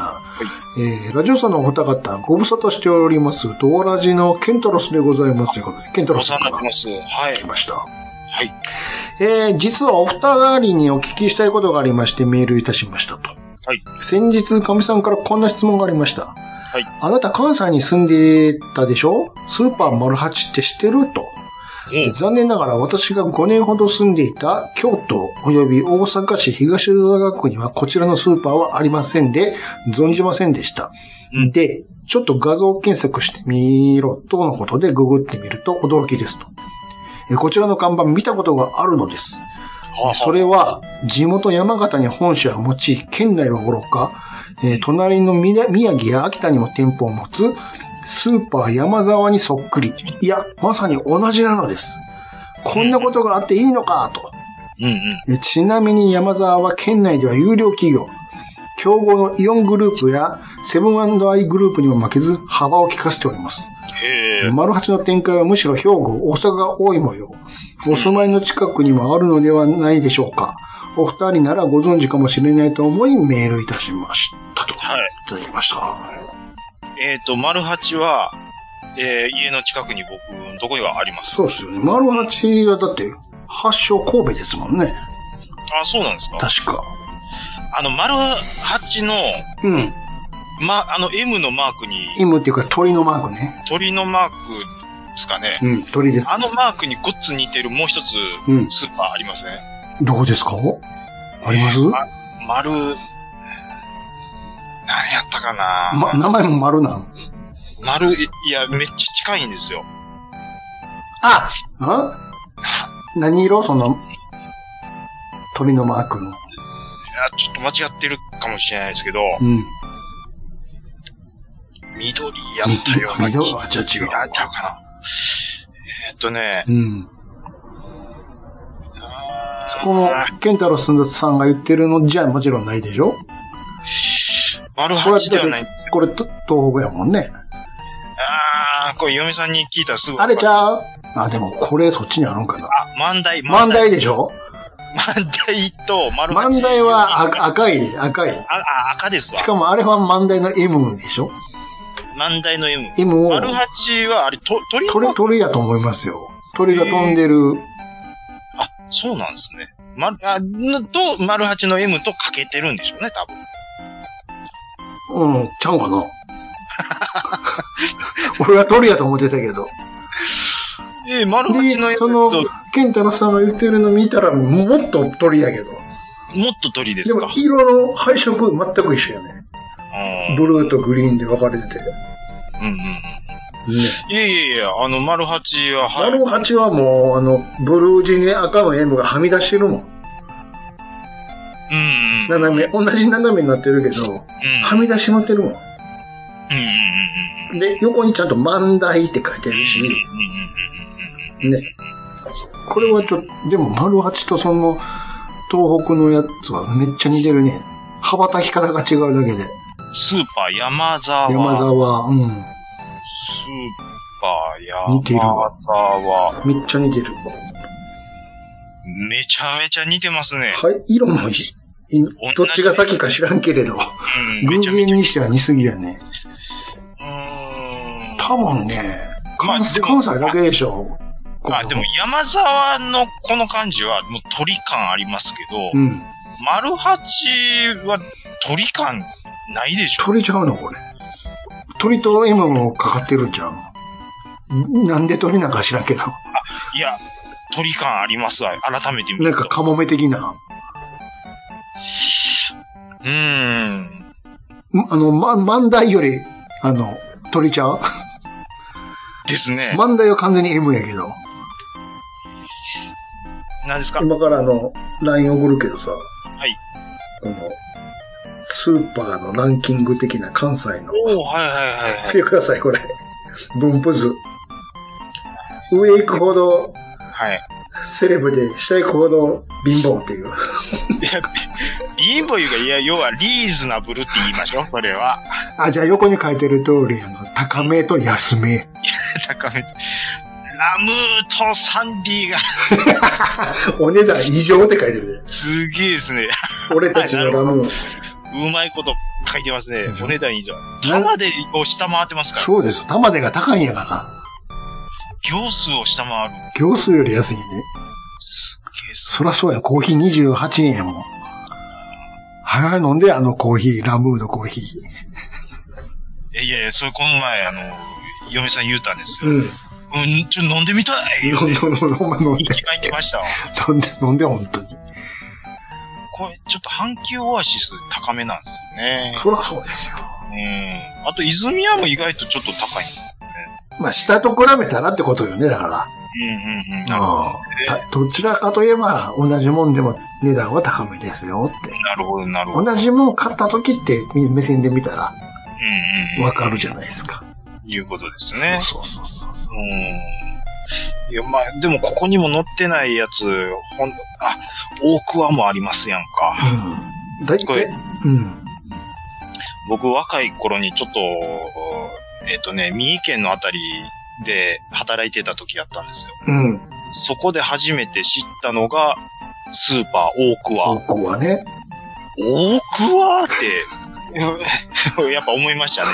えー、ラジオさんのお二方、ご無沙汰しております。ドアラジのケンタロスでございます。ということで、ケンタおロス世さん話かになってます。はらい。来ました。はい。えー実はお二人にお聞きしたいことがありましてメールいたしましたと。はい。先日、かみさんからこんな質問がありました。はい。あなた関西に住んでたでしょスーパーマルハチって知ってると。うん残念ながら私が5年ほど住んでいた京都及び大阪市東大学区にはこちらのスーパーはありませんで、存じませんでした。うんで、ちょっと画像検索してみろとのことでググってみると驚きですと。えこちらの看板見たことがあるのです。はあそれは、地元山形に本社を持ち、県内はおろか、えー隣のみな宮城や秋田にも店舗を持つ、スーパー山沢にそっくり。いや、まさに同じなのです。こんなことがあっていいのか、と。うんうん。えちなみに山沢は県内では有料企業。競合のイオングループやセブンアイグループにも負けず幅を利かせております。へえ。丸八の展開はむしろ兵庫、大阪が多い模様。お住まいの近くにもあるのではないでしょうか。お二人ならご存知かもしれないと思いメールいたしましたと。。はいただきました。えーっと、丸八は、えー、家の近くに僕のとこにはあります。そうですよね。丸八はだって、発祥神戸ですもんね。あ、そうなんですか確か。あの、丸八の、うん。ま、あの、M のマークに、ムっていうか鳥のマークね。鳥のマークですかね。うん、鳥です。あのマークにごっつ似てるもう一つうん。スーパーありますね。どこですかあります、ま丸、何やったかな、ま、名前も丸なん。丸、いや、めっちゃ近いんですよ。ああ何色その、鳥のマークの。いや、ちょっと間違ってるかもしれないですけど、うん。緑やったような気緑あじゃあ違うあちゃうかな。えーっとね、うん。そこの、ケンタロスさんが言ってるのじゃもちろんないでしょ丸これは八ではないんだでっすてよ。これと東北やもんね。あー、これ嫁さんに聞いたらすぐ。あれちゃうあ、でもこれそっちにあるんかな。あ、万代、万代でしょ万代と丸八万代は赤赤いで、赤い。あ、あ、赤ですわし。かもあれは万代の M でしょ万代の M。 ?M を丸八はあれ、と鳥鳥、鳥だと思いますよ。鳥が飛んでる。あ、そうなんですね。ま、あ、のと、丸八の M とかけてるんでしょうね、多分。うん、ちゃうかな 俺は鳥やと思ってたけど。えー、丸八ので、 M そのと、、健太郎さんが言ってるの見たら、もっと鳥やけど。もっと鳥でですもか。、色の配色全く一緒やね。うんブルーとグリーンで分かれてて。ね。うんうんうん。いやいやいや、あの、丸八は、はい。丸八はもう、あの、ブルー地に赤の M がはみ出してるもん。うんうん。斜め、同じ斜めになってるけど、うん。はみ出してまってるもうんうんうんうんん。で、横にちゃんと万代って書いてうん。るし、うんうんうんうんうん。ね。これはちょっと、でも丸八とその、東北のやつはめっちゃ似てるね。羽ばたき方が違うだけで。スーパー山沢。山沢、うん。スーパーや、似てるわは、めっちゃ似てる。めちゃめちゃ似てますね。はい、色もいい。どっちが先か知らんけれど、うん、め偶ちゃめ然ちゃ。にしては似すぎやね。うーん。多分ね、まあ関でも関西だけでしょ。ここあ、でも山沢のこの感じは、もう鳥感ありますけど、うん。丸八は鳥感ないでしょ。鳥ちゃうのこれ。鳥と M もかかってるんじゃん。なんで鳥なんか知らんけど。いや、鳥感ありますわ。改めて見なんると。かカモメ的な。うーん。んあの、ま、万代より、あの、鳥ちゃうですね。万代は完全に M やけど。何ですか今からあの、LINE 送るけどさ。いこの、スーパーのランキング的な関西の。おおはいはいはいは見い。てください、これ。分布図。上行くほどはい。セレブで、下行くほど貧乏っていいう。や、貧乏いうか、いや、要はリーズナブルって言いましょう、それは。あ、じゃあ横に書いてる通り、あの、高めと安め。高めて。ラムーとサンディがお値段異常って書いてるね。すげえですね。俺たちのラム。うまいこと書いてますね。お値段以上。な玉でを下回ってますから。 そうです。玉手が高いんやから。行数を下回る。行数より安いね。すげえっす。そらそうや、コーヒー28円やもん。はいはい、飲んで、あのコーヒー、ラムードコーヒー。えいやいや、それこの前、あの、嫁さん言うたんですよ。うん。うん、ちょっと飲んでみたい。飲んで、飲んで一、番行きましたわ。飲んで、飲んで、本当に。これ、ちょっと阪急オアシス高めなんですよね。そらそうですよ。うん。あと、泉屋も意外とちょっと高いんですよね。まあ、下と比べたらってことよね、だから。うんうんうん。なるうんたどちらかといえば、同じもんでも値段は高めですよって。なるほど、なるほど。同じもん買った時ってみ目線で見たらうんうん。わかるじゃないですか。いうことですね。そうそうそうそう。うん。いや、まあ、でもここにも載ってないやつ、ほん、あ、大桑もありますやんか。うん。だいこたい、れうん。僕若い頃にちょっと、えっ、とね、三重県のあたりで働いてた時やったんですよ。うん。そこで初めて知ったのが、スーパー大桑。僕はね。 大桑って、 やっぱ思いましたね。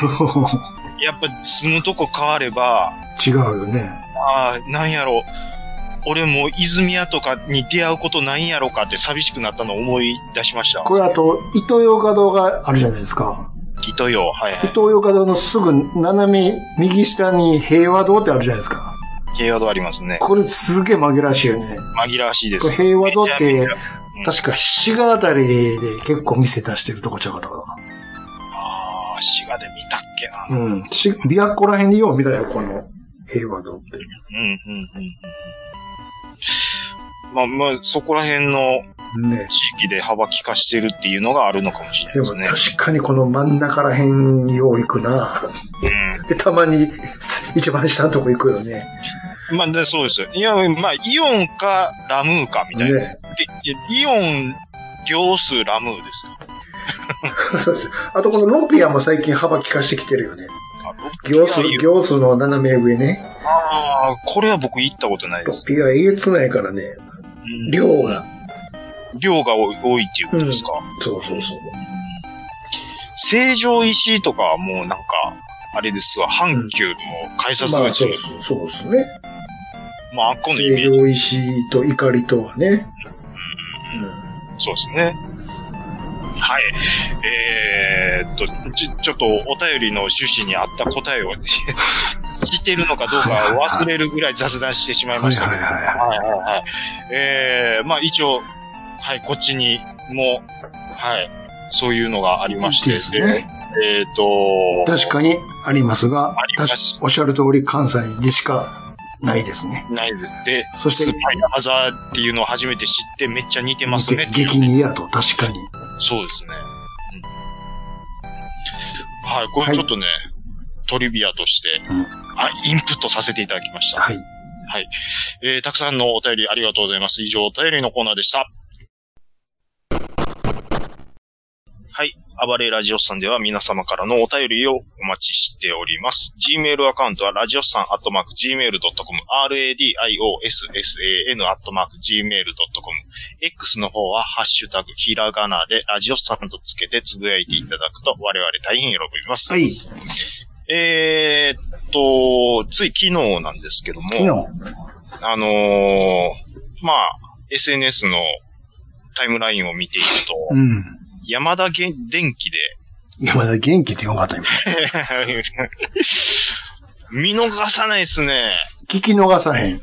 やっぱ住むとこ変われば、違うよね。ああ、なんやろ。俺も泉屋とかに出会うことないんやろかって寂しくなったのを思い出しました。これあと、糸魚川堂があるじゃないですか。糸よ、はいはい。糸魚川堂のすぐ斜め右下に平和堂ってあるじゃないですか。平和堂ありますね。これすげえ紛らわしいよね。紛らわしいでこす。れ平和堂っめちゃめてちゃ、確か滋賀あたりで結構店出してるとこちゃうかったかな。ああ、滋賀で見たっけな。うん。し、琵琶湖ら辺でよう見たよ、この平和堂って。うん、うん、うんうん。まあまあ、そこら辺のね。地域で幅利かしてるっていうのがあるのかもしれないででもすね。確かにこの真ん中ら辺によう行くな。で、たまに一番下のとこ行くよね。うん。まあ、でそうですよ。いや、まあ、イオンかラムーかみたいな。ね。 でイオン、行数ラムーですよ。そうですあとこのロピアも最近幅利かしてきてるよね。あ行数いやい、や行数の斜め上ね。ああ、これは僕行ったことないロです。ピアえげつないからね、うん量が。量が多い多いっていうことですか。そうそうそう。成城石井とかはもうなんか、あれですわ、阪急の改札口、まあ、そうそうそうですね。まあ、あっこのイメ成ージ、城石井と怒りとはね。そうですね。はい。えー、っと、ちょ、ちょっとお便りの趣旨に合った答えを してるのかどうか忘れるぐらい雑談してしまいはまいしたはけいど。ははいはいはい。えー、まあ一応、はい、こっちにも、はい、そういうのがありまして。ですねえーっとい。、確かにありますがあり、ま確かすおっしゃる通り関西でしかないですね。ないで、でそしてスパイのハザーっていうのを初めて知ってめっちゃ似てますねっていう激似やと、確かに。そうですね。うんはい、こはれいちょっとね、トリビアとして、うんあ、インプットさせていただきました。はい。えーたくさんのお便りありがとうございます。以上、お便りのコーナーでした。はい。暴れラジオスさんでは皆様からのお便りをお待ちしております。Gmail アカウントは、ラジオスさんアットマーク Gmail.com、radiossan アットマーク Gmail.com、X の方は、ハッシュタグ、ひらがなで、ラジオスさんとつけてつぶやいていただくと、我々大変喜びます。はい。えーっと、つい昨日なんですけども、昨日。あのーまあ、SNS のタイムラインを見ていると、うん。山田げ電機で、 山田元気ってよかった今。見逃さないですね。聞き逃さへん。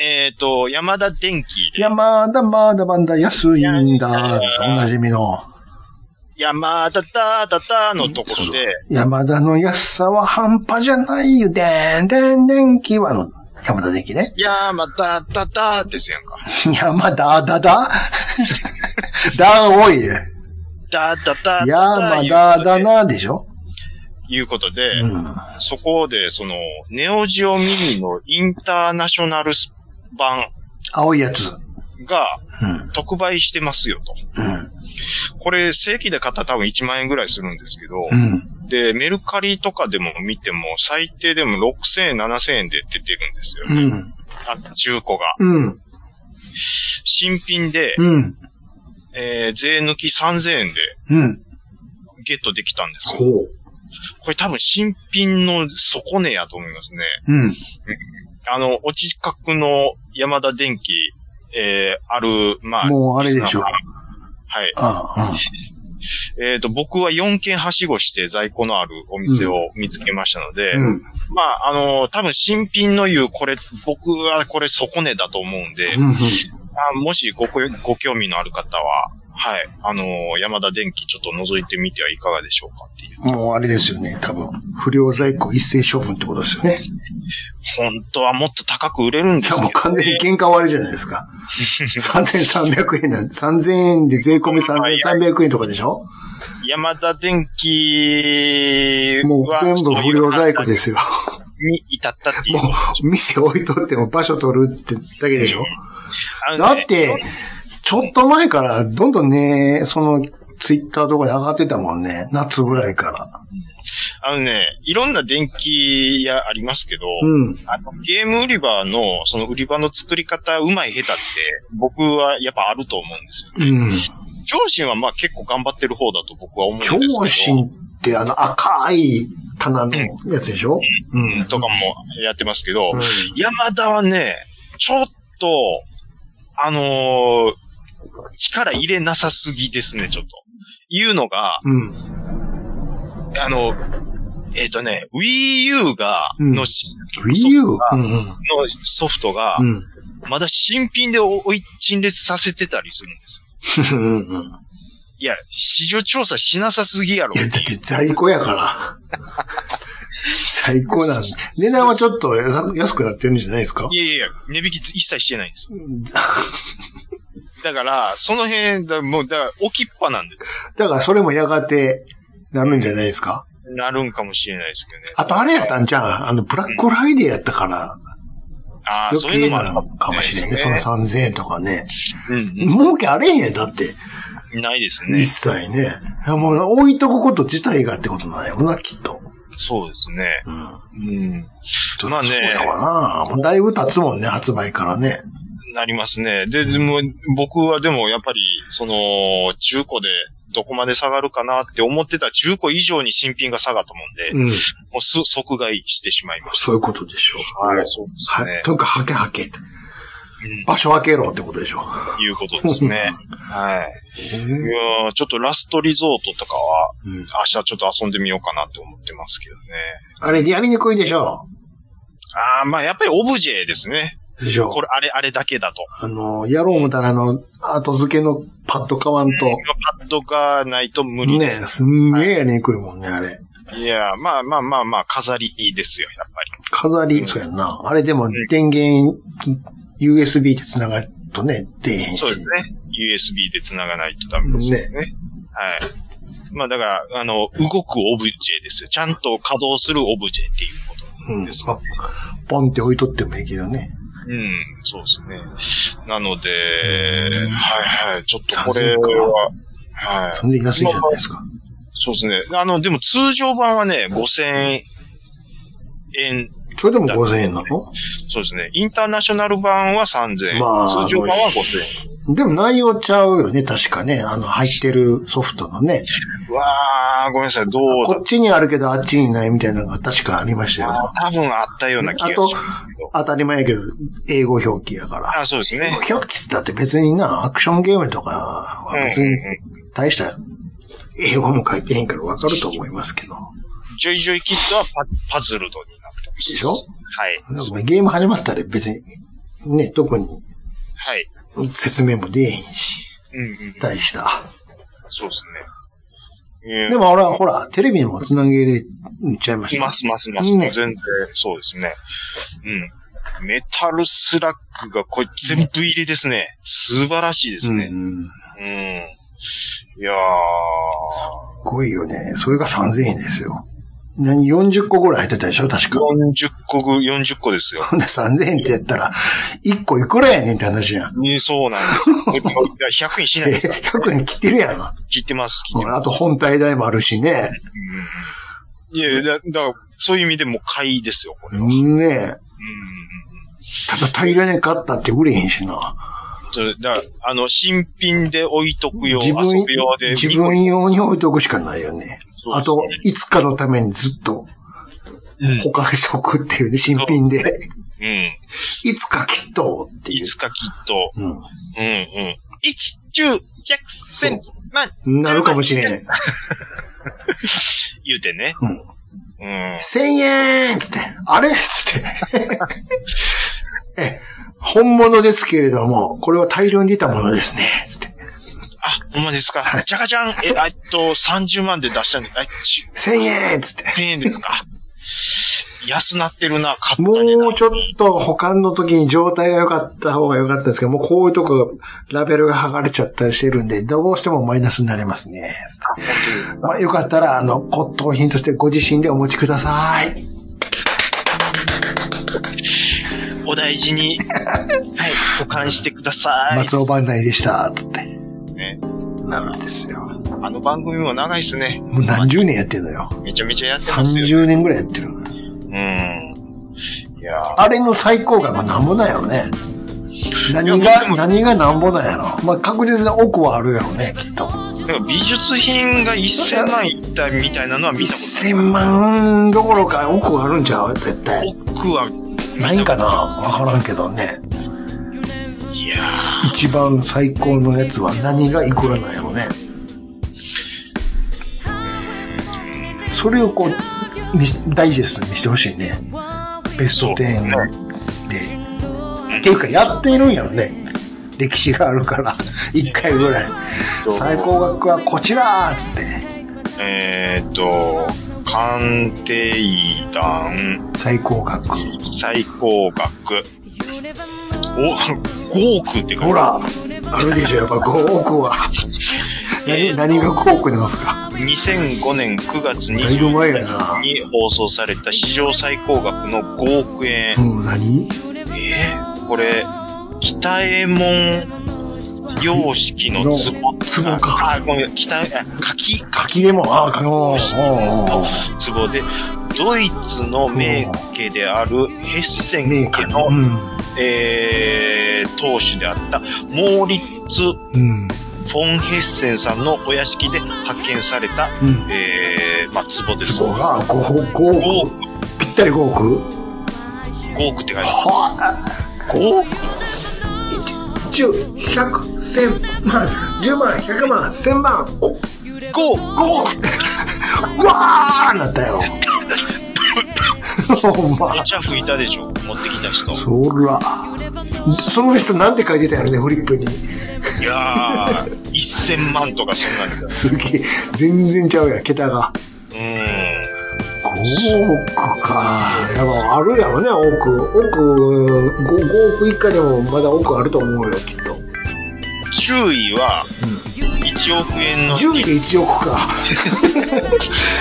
えっ、と、山田電機で、山田まだまだ安いんだ。おなじみの。山田だだだのところで、山田の安さは半端じゃないよ。でんでん電気はの、山田電気ね。 山田だだですやんか。山田だ だだ多い。だだだだ山田だなでしょいうことで、うん。そこで、その、ネオジオミニのインターナショナル版青いやつ。がうん。特売してますよと。うん。これ、正規で買ったら多分1万円ぐらいするんですけど、うん。で、メルカリとかでも見ても、最低でも6000円、7000円で出てるんですようね。ん。あ中古が。うん。新品で、うん。えー、税抜き3000円でうん。ゲットできたんですほよ。う。これ多分新品の底値やと思いますね。うん。あの、お近くの山田電機、えー、ある、まあ、もうあれでしょうリスナーさんはい。あえっ、と、僕は4軒はしごして在庫のあるお店を見つけましたので、あ、うん。うん。まあ、あの多分新品の言う、これ、僕はこれ底値だと思うんで、うん。あもしごこご興味のある方は、はい、あの山田電機ちょっと覗いてみてはいかがでしょうかっていう。もうあれですよね、多分。不良在庫一斉処分ってことですよね。本当はもっと高く売れるんいですやけど、もうね。完全に原価割れじゃないですか。3300円なんで、3000円で税込み3300円とかでしょ山田電機もうは全部不良在庫そういう判断ですよ。に至ったっていうもことでしょう店置いとっても場所取るってだけでしょあのだねって、ちょっと前からどんどんね、そのツイッターとかに上がってたもんね。夏ぐらいから。あのね、いろんな電気屋ありますけど、うん。あのゲーム売り場の、その売り場の作り方、うまい下手って、僕はやっぱあると思うんですよ。うん。上信はまあ結構頑張ってる方だと僕は思うんですけ超ど。新ってあの赤い棚のやつでしょうん。とかもやってますけど、うん山田はね、ちょっと、あのー力入れなさすぎですね、ちょっと。いうのが、うん。あの、えっ、とね、Wii U が、うんの Wii U? うんうん。のソフトがう、ん。まだ新品でおい陳列させてたりするんですよ。うんうんうんいや、市場調査しなさすぎやろい。や、だって在庫やから。最高なんで。値段はちょっと安安くなってるんじゃないですかいやいやいや、値引き一切してないんですよ。だから、その辺、だもう、だから、置きっぱなんですだからそれもやがてなるんじゃないですかよ。なるんかもしれないですけどね。あとあれやったんじゃんあの、ブラックフライデーやったから、ああ、余そうい計うのもあなるのかもしれんね。その3000円とかね。うん、儲けあれへんやん、だって。うんないですね一。切ね。いやもう置いとくこと自体がってことなんやろな、きっと。そうですね。うん。うん。ちょっとまあねそうやわな。もうだいぶ経つもんね、発売からね。なりますね。で、でも、僕はでもやっぱり、その、中古でどこまで下がるかなって思ってた中古以上に新品が下がったもんで、うん。もうす、即買いしてしまいました。そういうことでしょう。はい。そうですはい。ね。とにかく、はけはけ。場所はけろってことでしょう。うん、いうことです ね。はい。いえやーちょっとラストリゾートとかは、うん明日ちょっと遊んでみようかなって思ってますけどね。あれ、やりにくいでしょああ、まあやっぱりオブジェですね。う。でしょうこれ、あれ、あれだけだと。あの、やろう思ったら、あの、後付けのパッド買わんと。パッドがないと無理ねです。すんげえやりにくいもんね、あれ。いやー、まあまあまあまあ、飾りですよ、やっぱり。飾り、そうやんな。あれでも、電源、USB で繋がるとね、出えへんし。そうですね。USB で繋がないとダメですよね。はい。まあだから、あの、動くオブジェですよ。ちゃんと稼働するオブジェっていうことうんです、ねまポンって置いとってもいいけどね。うん、そうですね。なので、はいはい、ちょっとこれそうは、はい。そんで安いじゃないですか。そうですね。あの、でも通常版はね、5000円、それでも5000円なのそうですね。インターナショナル版は3000円。まあ通常版は5000でも内容ちゃうよね、確かね。あの、入ってるソフトのね。円。うわー、ごめんなさい、どうこだっちにあるけどあっちにないみたいなのが確かありましたよね。あ多分あったような気がしますけど。当たり前やけど、英語表記やから。あそうです英ね。語表記だって別にな、アクションゲームとかは別うんにうん大した英語も書いてへんからわかると思いますけど。ジョイジョイキッドはパパズルドになってます。でしょはい。そうゲーム始まったら別に、ね、特にはい。説明も出えへんし、うんうん。大した。そうですね。 えーでも俺はほら、テレビにもつなげれちゃいました。ますますます。ね全然、そうですね。うん。メタルスラックがこれ全部入りですね。素晴らしいですね。うん。うん。いやー。すごいよね。それが3000円ですよ。何、40個ぐらい入ってたでしょ確か。 40個ぐ、40個ですよ。ほんで3000円ってやったら、1個いくらやねんって話やん。ねそうなんですよ。こ れ100円しないですか100円切ってるやん。聞いて ます、聞いてあますと。本体代もあるしね。うん、いや、だだから、そういう意味でも買いですよ、これは。うん。ねえ。ただ平らに買ったって売れへんしな。それだあの、新品で置いとくよう、自分遊ぶようで。自分用に置いておくしかないよね。あと、いつかのためにずっとうん保管しておくっていうね、新品で。うん。いつかきっとっていいうつ。かきっと。うん。うんうん。一、十、百、千、万、なるかもしれん。言うてね。うん。うん。 1000円つって、あれつって。 え、本物ですけれども、これは大量に出たものですね。つって。あ、ほんまですか。じゃがじゃん。え、 あえっと、30万で出したんで、あ、1000 1000円つって。円ですか。安なってるな、買ったもね。うちょっと保管の時に状態が良かった方が良かったんですけど、もうこういうとこラベルが剥がれちゃったりしてるんで、どうしてもマイナスになりますね。まあ、よかったら、あの、骨董品としてご自身でお持ちください。お大事に、はい、保管してください。松尾番内でした、つって。ねなるんですよ。もあの番組も長いですね。う何十年やってんのよ。めちゃめちゃやってますよ。 30年ぐらいやってるの。うん。いやーあれの最高額はなんぼなんやろね。何いやでが、も何がなんぼなんやろ。まあ、確実に奥はあるやろね、きっと。なんか美術品が1000万いったみたいなのは見たこ1000万どころか奥があるんちゃう絶対。とない。奥はないんかなわからんけどね。いやー一番最高のやつは何がいくらなんやろね。それをこう、みダイジェストにしてほしいね。ベスト10で。っていうか、やってるんやろね。歴史があるから、1回 ぐらい。最高額はこちらーっつってね。えーっと、鑑定団最高額。最高額。お、5億ってか、ほら、あるでしょ、やっぱ5億は。何何が5億なんですか2005年9月だいぶ前や20な日に放送された史上最高額の5億円。もう何えーこれ、北右衛門様式の壺。壺か。あ、ごめん、北、あ、柿柿でも、ああ、かおうおうおう壺で、ドイツの名家であるヘッセンメー家カーのの。うん。えー、当主であったモーリッツ・フうん。ォン・ヘッセンさんのお屋敷で発見された、うん。えー、まあ、壺です。そこが5、5億。 5億、ぴったり5億5億って書いてあはる。5億あ、10、100、1000万、10万、100万、1000万、お、5 ?5 億億わーなったやろ。 ほんまお。茶拭いたでしょ持ってきた人。そら。その人なんて書いてたんやろね、フリップに。いやー、1000万とかそんなんだ。うすげえ。全然ちゃうやん、桁が。ーん。 5億か。やっぱあるやろね、億。億、5, 5億以下でもまだ億あると思うよ、きっと。 10位は、1億円の10で1億か。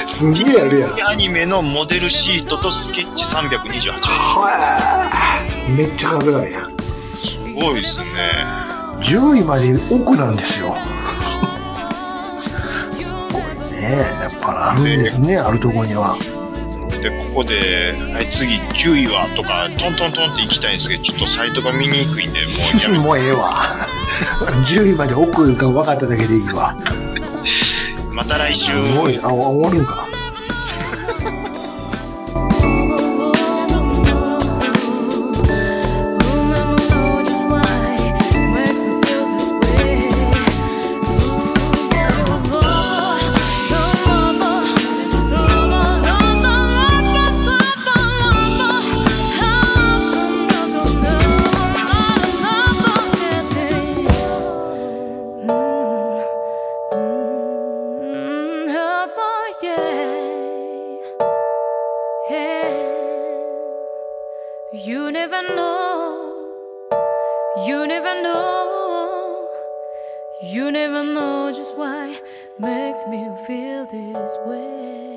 すげえあるやん。はアニメのモデルシートとスケッチ328枚。あめっちゃ数あるやん。すごいですね。 10位まで億なんですよ。すごいね。やっぱあるんですね、あるとこには。で、ここで、はい、次9位はとか、トントントンって行きたいんですけど、ちょっとサイトが見にくいんで、もうやめて。もうええわ。10位まで億が分かっただけでいいわ。また来週。すごい。あ、終わるんか。 Yeah. Hey, you never know, you never know, you never know just why makes me feel this way.